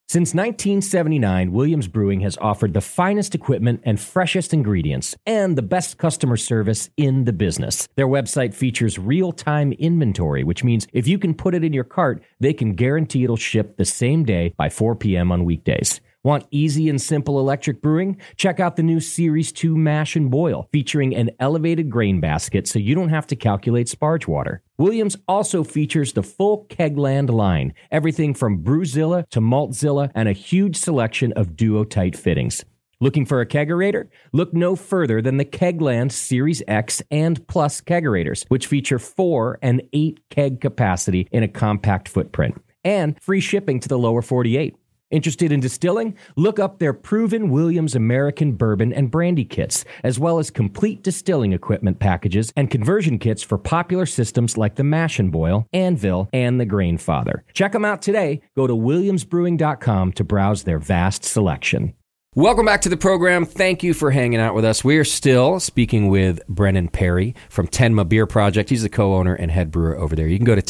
A: Since 1979, Williams Brewing has offered the finest equipment and freshest ingredients and the best customer service in the business. Their website features real time inventory, which means if you can put it in your cart, they can guarantee it'll ship the same day by 4 p.m. on weekdays. Want easy and simple electric brewing? Check out the new Series 2 Mash and Boil, featuring an elevated grain basket so you don't have to calculate sparge water. Williams also features the full Kegland line, everything from Brewzilla to Maltzilla, and a huge selection of duotite fittings. Looking for a kegerator? Look no further than the Kegland Series X and Plus kegerators, which feature 4 and 8 keg capacity in a compact footprint, and free shipping to the lower 48.
D: Interested in distilling? Look up their proven Williams American bourbon and brandy kits, as well as complete distilling equipment packages and conversion kits for popular systems like the Mash and Boil, Anvil, and the Grainfather. Check them out today. Go to williamsbrewing.com to browse their vast selection.
A: Welcome back to the program. Thank you for hanging out with us. We are still speaking with Brennan Perry from Tenma Beer Project. He's the co owner and head brewer over there. You can go to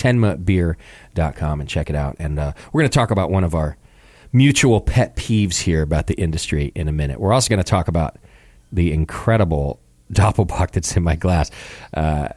A: tenmabeer.com and check it out. And uh, we're going to talk about one of our mutual pet peeves here about the industry in a minute. We're also going to talk about the incredible doppelbock that's in my glass. Uh,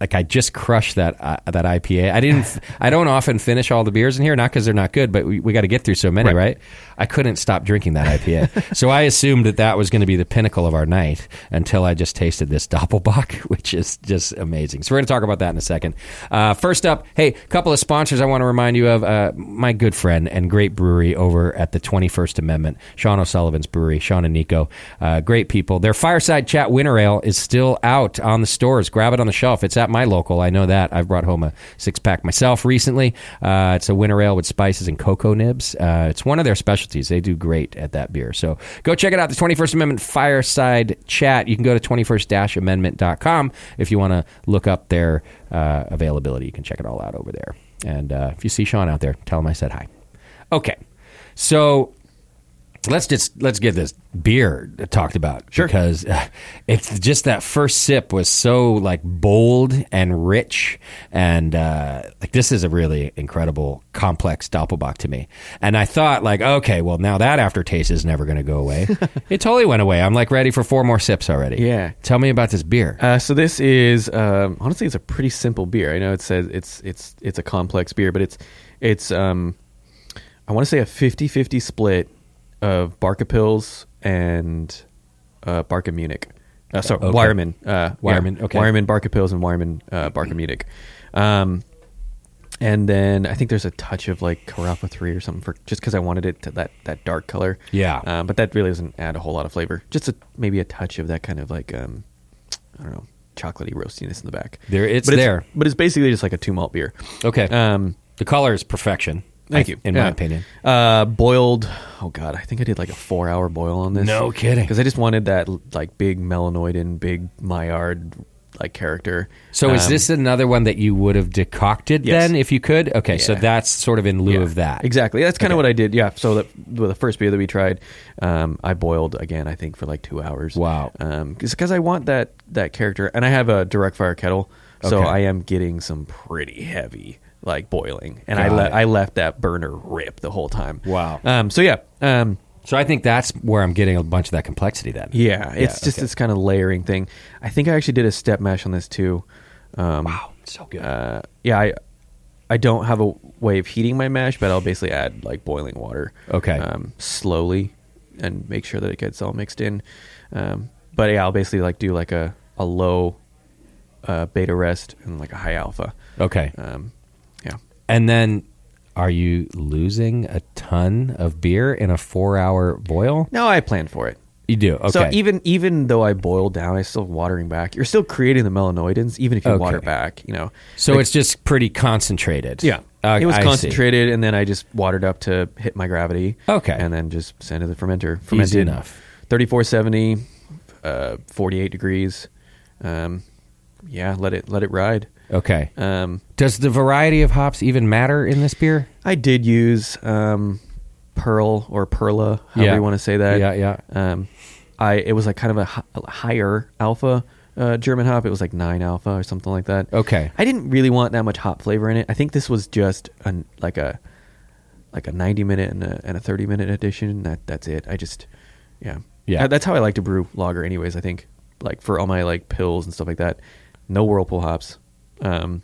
A: like I just crushed that uh, that IPA. I didn't. I don't often finish all the beers in here, not because they're not good, but we, we got to get through so many, right. I couldn't stop drinking that IPA, so I assumed that that was going to be the pinnacle of our night until I just tasted this Doppelbock, which is just amazing. So we're going to talk about that in a second. Uh, first up, hey, a couple of sponsors I want to remind you of. Uh, my good friend and great brewery over at the Twenty First Amendment, Sean O'Sullivan's brewery. Sean and Nico, uh, great people. Their fireside chat winter ale is still out on the stores. Grab it on the shelf. It's at my local. I know that. I've brought home a six pack myself recently. Uh, it's a winter ale with spices and cocoa nibs. Uh, it's one of their specialties. They do great at that beer. So go check it out. The 21st Amendment Fireside Chat. You can go to 21st amendment.com if you want to look up their uh, availability. You can check it all out over there. And uh, if you see Sean out there, tell him I said hi. Okay. So let's just let's get this beer talked about because uh, it's just that first sip was so like bold and rich and uh, like this is a really incredible complex doppelbock to me and i thought like okay well now that aftertaste is never going to go away it totally went away i'm like ready for four more sips already
B: Yeah.
A: tell me about this beer
B: Uh, so this is um, honestly it's a pretty simple beer. I know it says it's it's it's a complex beer, but it's it's um, I want to say a 50-50 split of Barca Pills and uh, Barca Munich. Uh, sorry,
A: Okay.
B: Wireman. Uh,
A: Wireman,
B: yeah.
A: okay.
B: Wireman Barca Pills and Wireman uh, Barca Munich. Um, and then I think there's a touch of like Carafa three or something for just because I wanted it to that that dark color.
A: Yeah.
B: Uh, but that really doesn't add a whole lot of flavor. Just a, maybe a touch of that kind of like um, I don't know, chocolatey roastiness in the back.
A: There- it's
B: but
A: there.
B: but it's basically just like a two malt beer.
A: okay
B: Um,
A: the color is perfection
B: thank
A: I-
B: you.
A: in my
B: Yeah.
A: opinion
B: uh, boiled. Oh god, I think I did like a four hour boil on this.
A: No kidding.
B: because I just wanted that like big melanoidin, big Maillard like character.
A: so is
B: Um,
A: this another one that you would have decocted
B: Yes.
A: then if you could okay so
B: Yeah.
A: that's sort of in lieu
B: Yeah,
A: of that
B: Exactly. That's kind of what I did. Yeah. So that well, the first beer that we tried, um, I boiled again. I think for like two hours.
A: Wow.
B: Because I want that that character, and I have a direct fire kettle, so
A: Okay.
B: I am getting some pretty heavy like boiling, and I
A: Got
B: le-
A: it.
B: I left that burner rip the whole time.
A: Wow.
B: Um. So yeah. Um.
A: So I think that's where I'm getting a bunch of that complexity then.
B: Yeah. It's just
A: okay.
B: this kind of layering thing. I think I actually did a step mash on this too. Um,
A: Wow, so good.
B: uh, yeah, I I don't have a way of heating my mash, but I'll basically add like boiling water.
A: Okay.
B: Um, slowly, and make sure that it gets all mixed in. Um, but yeah, I'll basically like do like a a low uh, beta rest and like a high alpha.
A: okay.
B: Um, yeah.
A: and then are you losing a ton of beer in a 4-hour boil?
B: No, I planned for it.
A: You do. Okay.
B: So even even though I boil down, I still watering back. You're still creating the melanoidins, even if you
A: Okay.
B: water back. You know.
A: So it's just pretty concentrated. Uh,
B: it was
A: I see.
B: concentrated, and then I just watered up to hit my gravity.
A: Okay.
B: and then just sent to the fermenter. Fermented
A: enough.
B: Thirty-four seventy, uh, forty-eight degrees. Um, yeah, let it let it ride.
A: Okay.
B: Um,
A: Does the variety of hops even matter in this beer?
B: I did use um, Pearl or Perla, however
A: Yeah.
B: you want to say that.
A: Yeah, yeah.
B: Um, I it was like kind of a, hi- a higher alpha uh, German hop. It was like nine alpha or something like that.
A: Okay.
B: I didn't really want that much hop flavor in it. I think this was just an like a like a ninety minute and a, and a thirty minute addition. That that's it. I just yeah
A: Yeah.
B: That- that's how I like to brew lager, anyways. I think like for all my like pills and stuff like that, no whirlpool hops. Um,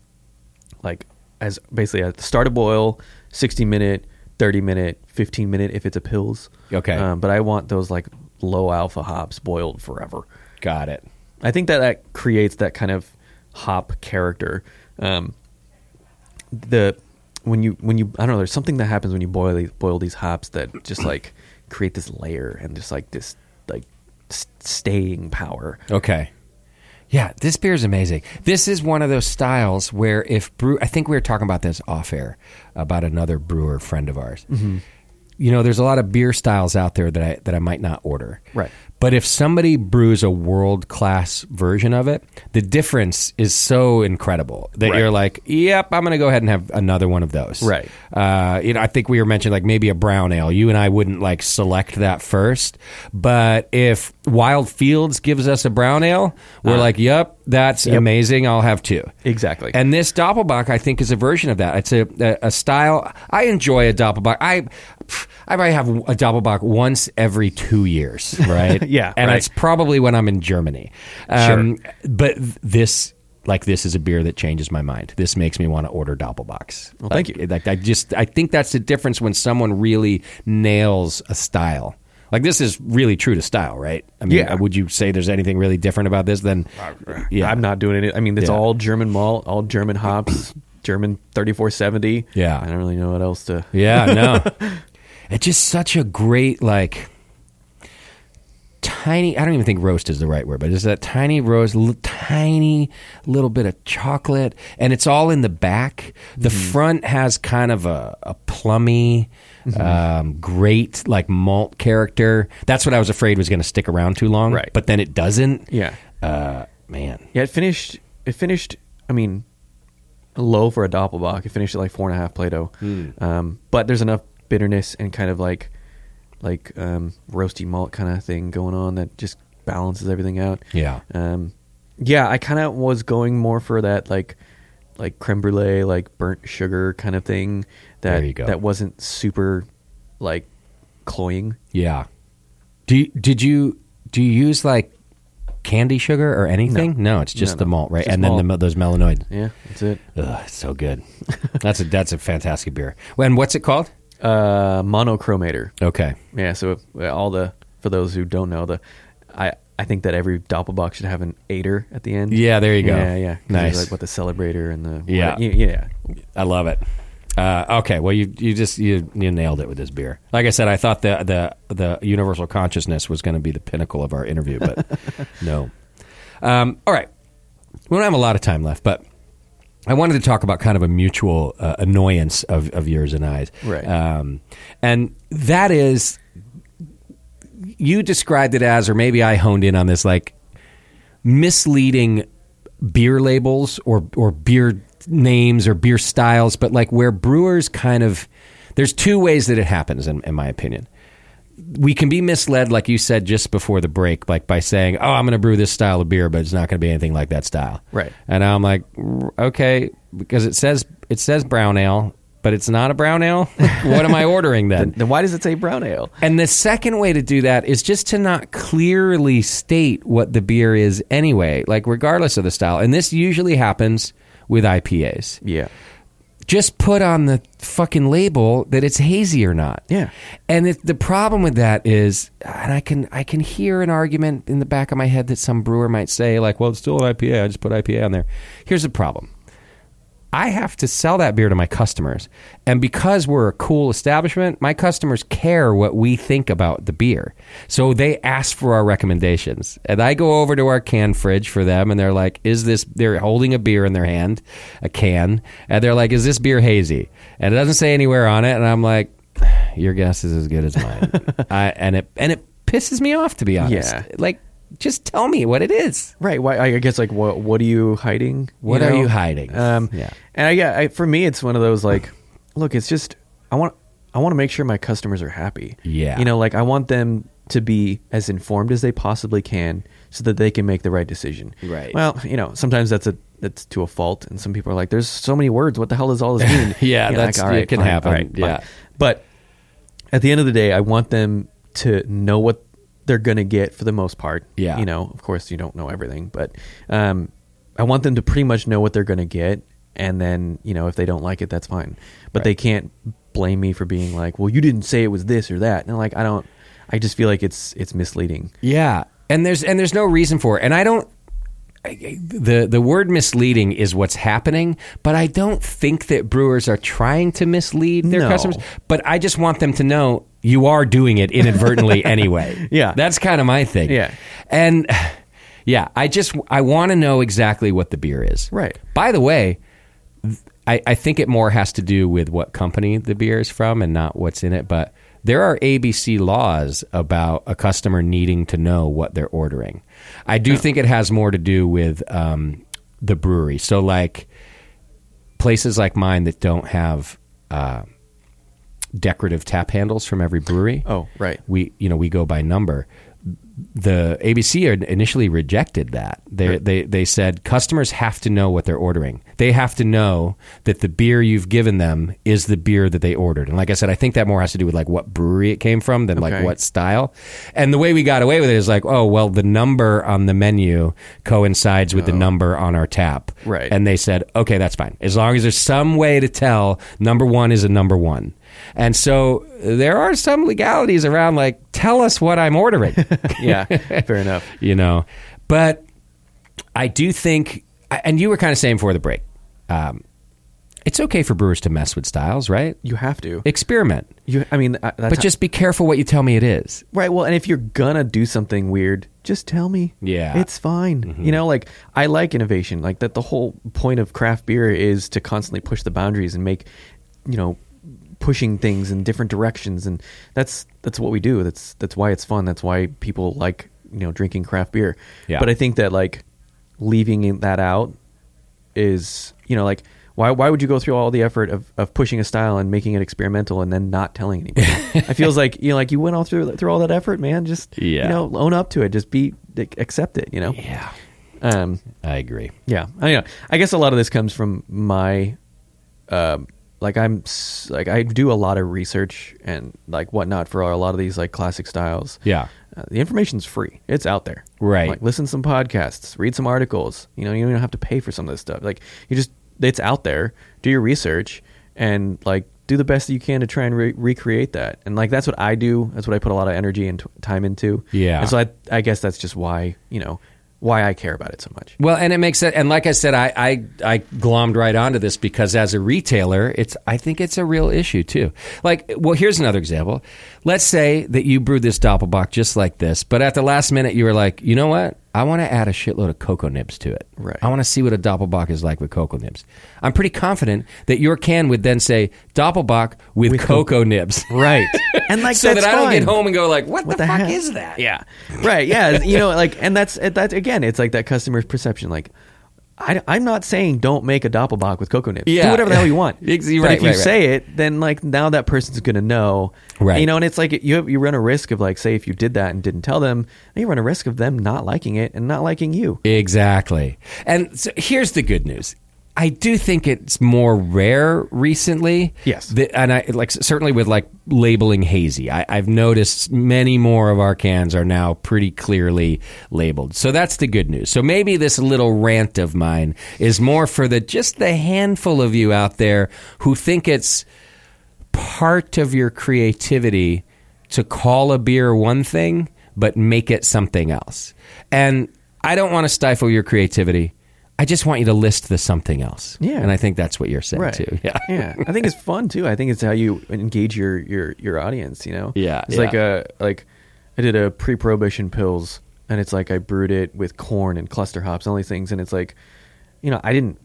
B: like as basically at the start of boil, sixty minute, thirty minute, fifteen minute if it's a pills.
A: Okay.
B: Um, but I want those like low alpha hops boiled forever.
A: Got it.
B: I think that that creates that kind of hop character. Um, the when you when you I don't know, there's something that happens when you boil these, boil these hops that just like create this layer and just like this like s- staying power.
A: Okay. Yeah, this beer is amazing. This is one of those styles where
B: Mm-hmm.
A: if brew, I think we were talking about this off air about another brewer friend of ours. you know, there's a lot of beer styles out there that I that I might not order.
B: Right.
A: But if somebody brews a world class version of it, the difference is so incredible that
B: Right.
A: you're like, "Yep, I'm going to go ahead and have another one of those."
B: Right.
A: Uh, you know, I think we were mentioning like maybe a brown ale. You and I wouldn't like select that first, but if Wild Fields gives us a brown ale, we're like, "Yep, that's amazing. I'll have two."
B: Exactly.
A: And this Doppelbach, I think, is a version of that. It's a, a, a style. I enjoy a Doppelbach. I pff, I might have a Doppelbach once every two years, right?
B: Yeah,
A: and
B: right.
A: it's probably when I'm in Germany. Um, But this. Like this is a beer that changes my mind. This makes me want to order Doppelbach. Well,
B: thank
A: like,
B: you.
A: Like I just, I think that's the difference when someone really nails a style. Like this is really true to style, right? I mean,
B: Yeah. Uh,
A: would you say there's anything really different about this than? Yeah,
B: I'm not doing it. I mean, it's
A: Yeah.
B: all German malt, all German hops, German 3470.
A: Yeah.
B: I don't really know what else to.
A: Yeah, no. it's just such a great like tiny I don't even think roast is the right word, but it's that tiny roast, l- tiny little bit of chocolate and it's all in the back. The
B: Mm-hmm.
A: front has kind of a, a plummy
B: Mm-hmm.
A: um, great like malt character. That's what I was afraid was going to stick around too long,
B: Right.
A: but then it doesn't.
B: Yeah.
A: Uh, man.
B: Yeah, it finished. It finished. I mean, low for a doppelbock. It finished at like four and a half Play-Doh.
A: Hmm.
B: Um, but there's enough bitterness and kind of like, like um, roasty malt kind of thing going on that just balances everything out.
A: Yeah.
B: Um, yeah, I kind of was going more for that like, like creme brulee, like burnt sugar kind of thing. That
A: There you go.
B: that wasn't super, like, cloying.
A: Yeah. Do you, did you do you use like candy sugar or anything? No, it's just
B: No,
A: the
B: no.
A: malt, right?
B: Just
A: and then the,
B: malt.
A: those melanoids.
B: Yeah, that's it.
A: Ugh, it's so good. that's a that's a fantastic beer. And what's it called?
B: Uh, monochromator.
A: Okay.
B: Yeah, so uh, all the for those who don't know the, I I think that every doppelbock should have an eighter at the end.
A: Yeah, there you go.
B: Yeah, yeah, 'Cause there's,
A: Nice.
B: Like what the celebrator and the
A: Yeah.
B: yeah, yeah.
A: I love it. Uh, okay, well you you just you, you nailed it with this beer. Like I said, I thought the the the universal consciousness was going to be the pinnacle of our interview, but no. Um, all right, we don't have a lot of time left, but I wanted to talk about kind of a mutual uh, annoyance of of yours and I's,
B: Right.
A: Um, and that is, you described it as, or maybe I honed in on this, like misleading beer labels or or beer names or beer styles, but like where brewers kind of there's two ways that it happens in, in my opinion. We can be misled, like you said just before the break, like by saying, "Oh, I'm going to brew this style of beer, but it's not going to be anything like that style."
B: Right.
A: And I'm like, "R- "Okay," because it says it says brown ale, but it's not a brown ale. what am I ordering then?
B: Then why does it say brown ale?
A: And the second way to do that is just to not clearly state what the beer is anyway, like regardless of the style. And this usually happens with IPAs.
B: Yeah,
A: Just put on the fucking label that it's hazy or not.
B: Yeah.
A: And it, the problem with that is, and I can I can hear an argument in the back of my head that some brewer might say like, well, it's still an IPA. I just put IPA on there. Here's the problem. I have to sell that beer to my customers. And because we're a cool establishment, my customers care what we think about the beer. So they ask for our recommendations. And I go over to our can fridge for them and they're like, is this, they're holding a beer in their hand, a can, and they're like, is this beer hazy? And it doesn't say anywhere on it. And I'm like, your guess is as good as mine. I, and it, and it pisses me off to be honest.
B: Yeah.
A: Like, just tell me what it is.
B: right. Why I guess like what what are you hiding?
A: What are you hiding?
B: Um,
A: Yeah.
B: yeah, and I, yeah, I, for me, it's one of those like, look, it's just I want I want to make sure my customers are happy.
A: Yeah.
B: you know, like I want them to be as informed as they possibly can so that they can make the right decision.
A: Right.
B: Well, you know, sometimes that's a that's to a fault, and some people are like, "There's so many words. What the hell does all this mean?"
A: Yeah,
B: You're
A: that's- it can happen. Yeah.
B: but at the end of the day, I want them to know what they're going to get for the most part.
A: Yeah.
B: You know, of course, you don't know everything, but um, I want them to pretty much know what they're going to get. And then, you know, if they don't like it, that's fine. But they can't blame me for being like, well, you didn't say it was this or that. And like, I don't, I just feel like it's, it's misleading.
A: Yeah, and there's and there's no reason for it. And I don't. I- I- The the word misleading is what's happening, but I don't think that brewers are trying to mislead their
B: No.
A: customers. But I just want them to know you are doing it inadvertently anyway.
B: Yeah.
A: that's kind of my thing.
B: Yeah.
A: and yeah, I just I want to know exactly what the beer is.
B: Right.
A: By the way, I, I think it more has to do with what company the beer is from and not what's in it. But There are ABC laws about a customer needing to know what they're ordering. I do think it has more to do with um, the brewery. So, like places like mine that don't have uh, decorative tap handles from every brewery.
B: Oh, right.
A: We you know we go by number. The ABC had initially rejected that. They they they said customers have to know what they're ordering. They have to know that the beer you've given them is the beer that they ordered. And like I said, I think that more has to do with like what brewery it came from than like
B: Okay.
A: what style. And the way we got away with it is like, oh well, the number on the menu coincides
B: Oh.
A: with the number on our tap.
B: Right.
A: And they said, okay, that's fine. As long as there's some way to tell number one is a number one. And so there are some legalities around, like, tell us what I'm ordering,
B: yeah, fair enough.
A: you know. But I do think, and you were kind of saying before the break, um, it's okay for brewers to mess with styles, right?
B: You have to.
A: Experiment.
B: You, I mean, I- that's
A: But just be careful what you tell me it is.
B: Right. Well, and if you're gonna do something weird, just tell me.
A: Yeah.
B: It's fine.
A: Mm-hmm.
B: You know, like I like innovation. Like that the whole point of craft beer is to constantly push the boundaries and make, you know, pushing things in different directions and that's that's what we do. That's that's why it's fun. That's why people like, you know, drinking craft beer.
A: Yeah.
B: But I think that like leaving it- that out is, you know, like why, why would you go through all the effort of, of pushing a style and making it experimental and then not telling anybody? it feels like you know, like you went all through through all that effort, man. Just
A: Yeah.
B: you know, own up to it. Just be accept it. You know.
A: Yeah,
B: Um.
A: I agree.
B: Yeah. I know. I guess a lot of this comes from my, um, like I'm s- like I do a lot of research and like whatnot for a lot of these like classic styles.
A: Yeah.
B: Uh, the information's free. It's out there.
A: Right.
B: Like listen to some podcasts, read some articles. You know, you don't have to pay for some of this stuff. Like you just it's out there. Do your research and like do the best that you can to try and re- recreate that. And like that's what I do. That's what I put a lot of energy and t- time into.
A: Yeah.
B: And so I I guess that's just why, you know, why I care about it so much.
A: Well, and it makes it, and like I said, I, I I glommed right onto this because as a retailer, it's I think it's a real issue too. Like, well, here's another example. Let's say that you brewed this doppelbock just like this, but at the last minute, you were like, you know what? I want to add a shitload of cocoa nibs to it.
B: Right.
A: I want to see what a doppelbock is like with cocoa nibs. I'm pretty confident that your can would then say doppelbock with, cocoa nibs,
B: Right. and like
A: so that
B: that's
A: I don't
B: fine.
A: get home and go like, what,
B: What
A: the,
B: the
A: fuck
B: heck?
A: is that?
B: Yeah. Right. Yeah. you know, like, and that's that again. It's like that customer's perception. Like, I, am not saying don't make a doppelbock with cocoa nibs.
A: Yeah.
B: Do whatever the hell you want.
A: Ex-
B: but
A: right,
B: if you
A: right, right.
B: say it, then like now that person's gonna know.
A: Right.
B: You know, and it's like you have, you run a risk of like say if you did that and didn't tell them, then you run a risk of them not liking it and not liking you.
A: Exactly. And so here's the good news. I do think it's more rare recently.
B: Yes.
A: The- and I like certainly with like labeling hazy. I, I've noticed many more of our cans are now pretty clearly labeled. So that's the good news. So maybe this little rant of mine is more for the just the handful of you out there who think it's part of your creativity to call a beer one thing but make it something else. And I don't want to stifle your creativity. I just want you to list the something else.
B: Yeah.
A: And I think that's what you're saying
B: Right.
A: too. Yeah.
B: yeah. I think it's fun too. I think it's how you engage your your your audience. You know.
A: Yeah,
B: It's
A: yeah.
B: like a like I did a pre-prohibition pills, and it's like I brewed it with corn and cluster hops and all these things, and it's like, you know, I didn't.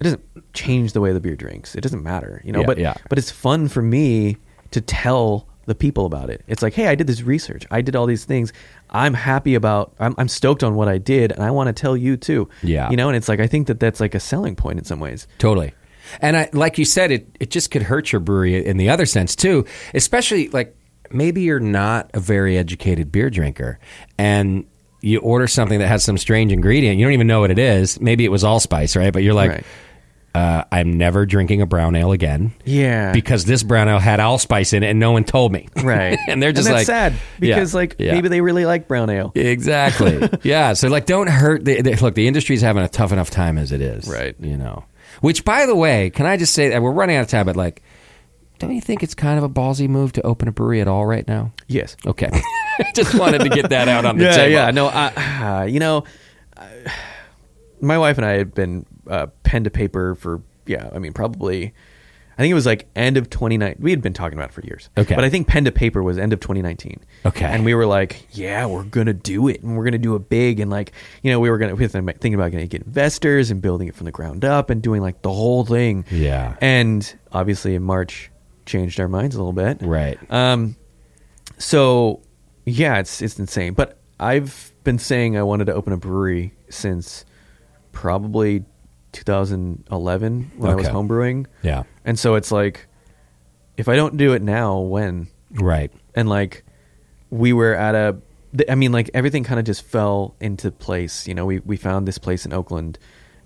B: It doesn't change the way the beer drinks. It doesn't matter. You know.
A: Yeah,
B: but
A: yeah.
B: but it's fun for me to tell the people about it. It's like, hey, I did this research. I did all these things. I'm happy about. I'm, I'm stoked on what I did, and I want to tell you too.
A: Yeah.
B: You know, and it's like I think that that's like a selling point in some ways.
A: Totally. And I, like you said, it, it just could hurt your brewery in the other sense too, especially like maybe you're not a very educated beer drinker and you order something that has some strange ingredient. You don't even know what it is. Maybe it was allspice, right? But you're like,
B: Right.
A: uh, I'm never drinking a brown ale again.
B: Yeah.
A: Because this brown ale had allspice in it and no one told me.
B: right?
A: and they're just
B: that's
A: like,
B: sad
A: Yeah,
B: because like
A: yeah.
B: maybe they really like brown ale.
A: Exactly. yeah. So like, don't hurt. The, the, look, the industry's having a tough enough time as it is.
B: Right.
A: You know. Which, by the way, can I just say that we're running out of time? But like, don't you think it's kind of a ballsy move to open a brewery at all right now?
B: Yes.
A: Okay. just wanted to get that out on the
B: Yeah,
A: table.
B: yeah. No, I, uh, you know, I- my wife and I had been uh, pen to paper for yeah. I mean, probably. I think it was like end of 2019. We had been talking about it for years.
A: Okay.
B: But I think pen to paper was end of 2019.
A: Okay.
B: And we were like, yeah, we're going to do it. And we're going to do it big. And like, you know, we were going to, we were thinking about going to get investors and building it from the ground up and doing like the whole thing.
A: Yeah.
B: And obviously in March, changed our minds a little bit.
A: Right.
B: Um, So yeah, it's it's insane. But I've been saying I wanted to open a brewery since probably 2011 when I was
A: Okay.
B: homebrewing.
A: Yeah.
B: And so it's like if I don't do it now, when?
A: Right.
B: And like we were at a th- I mean like everything kind of just fell into place, you know. We we found this place in Oakland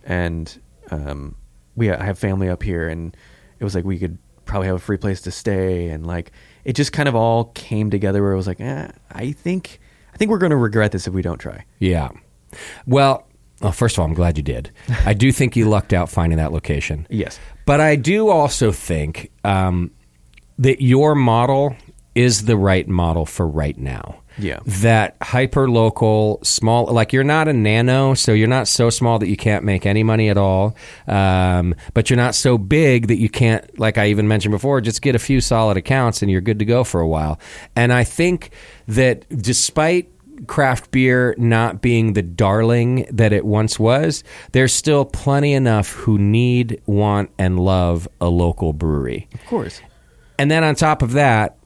B: and um we I have family up here and it was like we could probably have a free place to stay and like it just kind of all came together where it was like, eh, I think I think we're going to regret this if we don't try.
A: Yeah. Well, well, first of all, I'm glad you did. I do think you lucked out finding that location.
B: Yes.
A: But I do also think um, that your model is the right model for right now.
B: Yeah.
A: That hyper local, small, like you're not a nano, so you're not so small that you can't make any money at all. Um, but you're not so big that you can't, like I even mentioned before, just get a few solid accounts and you're good to go for a while. And I think that despite craft beer not being the darling that it once was, there's still plenty enough who need, want, and love a local brewery.
B: Of course.
A: And then on top of that,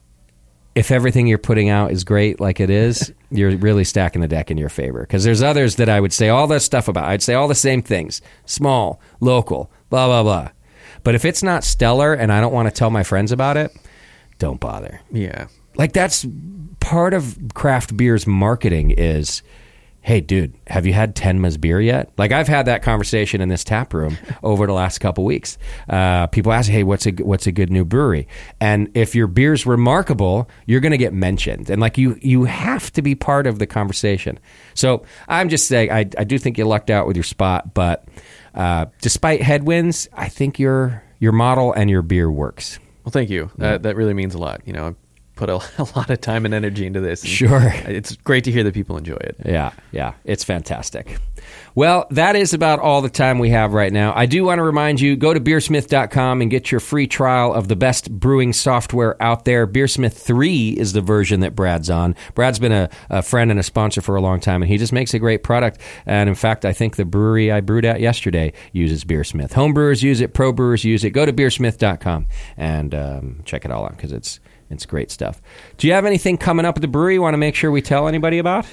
A: if everything you're putting out is great like it is, you're really stacking the deck in your favor. Because there's others that I would say all that stuff about. I'd say all the same things small, local, blah, blah, blah. But if it's not stellar and I don't want to tell my friends about it, don't bother
B: Yeah.
A: like that's part of craft beer's marketing is hey dude have you had tenma's beer yet like i've had that conversation in this tap room over the last couple weeks uh, people ask hey what's a what's a good new brewery and if your beer's remarkable you're going to get mentioned and like you you have to be part of the conversation so i'm just saying i, I do think you lucked out with your spot but uh, despite headwinds i think your your model and your beer works
B: Well, thank you. That that really means a lot. You know, I put a, a lot of time and energy into this. and
A: Sure.
B: It's great to hear that people enjoy it.
A: Yeah, yeah, it's fantastic. Well, that is about all the time we have right now. I do want to remind you go to beersmith.com and get your free trial of the best brewing software out there. Beersmith 3 is the version that Brad's on. Brad's been a, a friend and a sponsor for a long time, and he just makes a great product. And in fact, I think the brewery I brewed at yesterday uses Beersmith. Homebrewers use it, pro brewers use it. Go to beersmith.com and um, check it all out because it's. It's great stuff. Do you have anything coming up at the brewery you want to make sure we tell anybody about?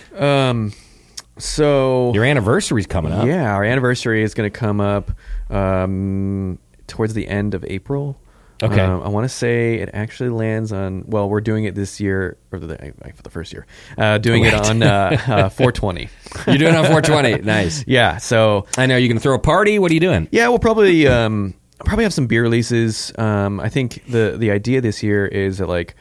B: So
A: Your anniversary's coming up.
B: Yeah, our anniversary is going to come up um, towards the end of April.
A: Okay.
B: Um, I want to say it actually lands on. Well, we're doing it this year, or the, uh, for the first year, uh, doing it on uh, uh, 420.
A: You're doing it on 420. nice.
B: yeah. So
A: I know you can throw a party. What are you doing?
B: yeah, we'll probably um, probably have some beer releases. Um, I think the the idea this year is that like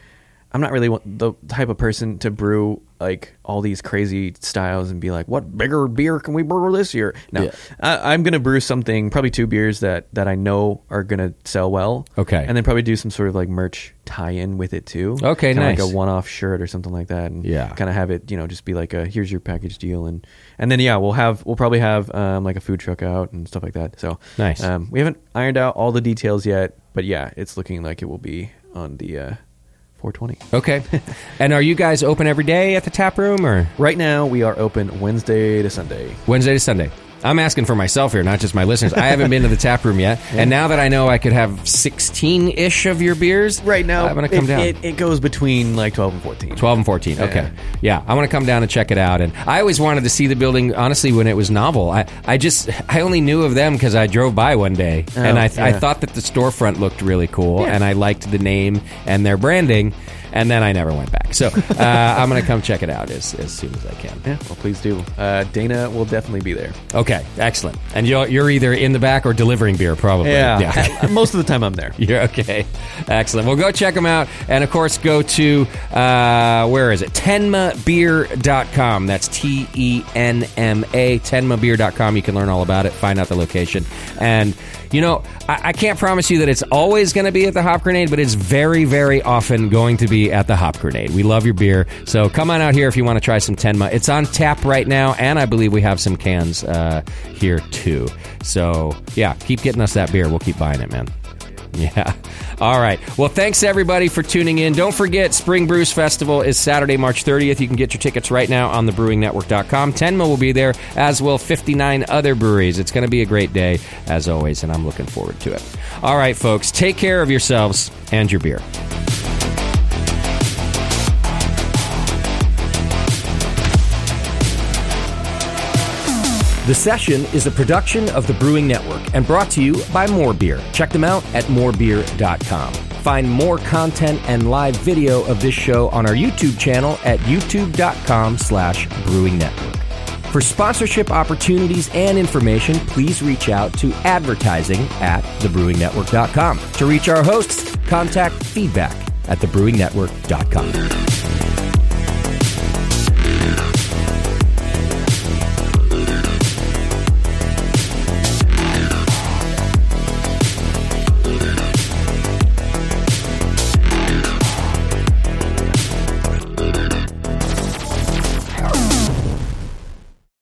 B: I'm not really one- the type of person to brew like all these crazy styles and be like, what bigger beer can we brew this year? No, I, I'm gonna brew something, probably two beers that that I know are gonna sell well.
A: Okay.
B: and then probably do some sort of like merch tie-in with it too.
A: Okay,
B: Kinda
A: nice.
B: Like a one-off shirt or something like that. And
A: Yeah.
B: kind of have it, you know, just be like a here's your package deal, and and then yeah, we'll have we'll probably have um, like a food truck out and stuff like that. So
A: Nice.
B: Um, we haven't ironed out all the details yet, but yeah, it's looking like it will be on the uh, 420.
A: Okay. and are you guys open every day at the tap room or
B: Right now, we are open Wednesday to Sunday.
A: Wednesday to Sunday? I'm asking for myself here, not just my listeners. I haven't been to the tap room yet. And now that I know I could have 16 ish of your beers, I'm going to come
B: it,
A: down.
B: It, it goes between like 12 and 14.
A: 12 and 14. Okay. Yeah. I want to come down and check it out. And I always wanted to see the building, honestly, when it was novel. I, I just, I only knew of them because I drove by one day and I, I
B: Oh, yeah.
A: thought that the storefront looked really cool
B: Yeah.
A: and I liked the name and their branding. And then I never went back. So uh, I'm going to come check it out as, as soon as I can.
B: Yeah, well, please do. Uh, Dana will definitely be there.
A: Okay. Excellent. And you're, you're either in the back or delivering beer, probably.
B: most of the time I'm there.
A: You're okay. Excellent. Well, go check them out. And of course, go to, uh, where is it? Tenmabeer.com. That's T E N M A, tenmabeer.com. You can learn all about it, find out the location. And, you know, I, I can't promise you that it's always going to be at the Hop Grenade, but it's very, very often going to be at the Hop Grenade. We love your beer. So come on out here if you want to try some Tenma. It's on tap right now, and I believe we have some cans uh, here too. So, yeah, keep getting us that beer. We'll keep buying it, man. Yeah. All right. Well, thanks everybody for tuning in. Don't forget, Spring Brews Festival is Saturday, March 30th. You can get your tickets right now on thebrewingnetwork.com. Tenma will be there, as will 59 other breweries. It's going to be a great day, as always, and I'm looking forward to it. All right, folks, take care of yourselves and your beer. The Session is a production of the Brewing Network and brought to you by More Beer. Check them out at morebeer.com. Find more content and live video of this show on our YouTube channel at youtube.com slash brewing network. For sponsorship opportunities and information, please reach out to advertising at thebrewingnetwork.com. To reach our hosts, contact feedback at thebrewingnetwork.com.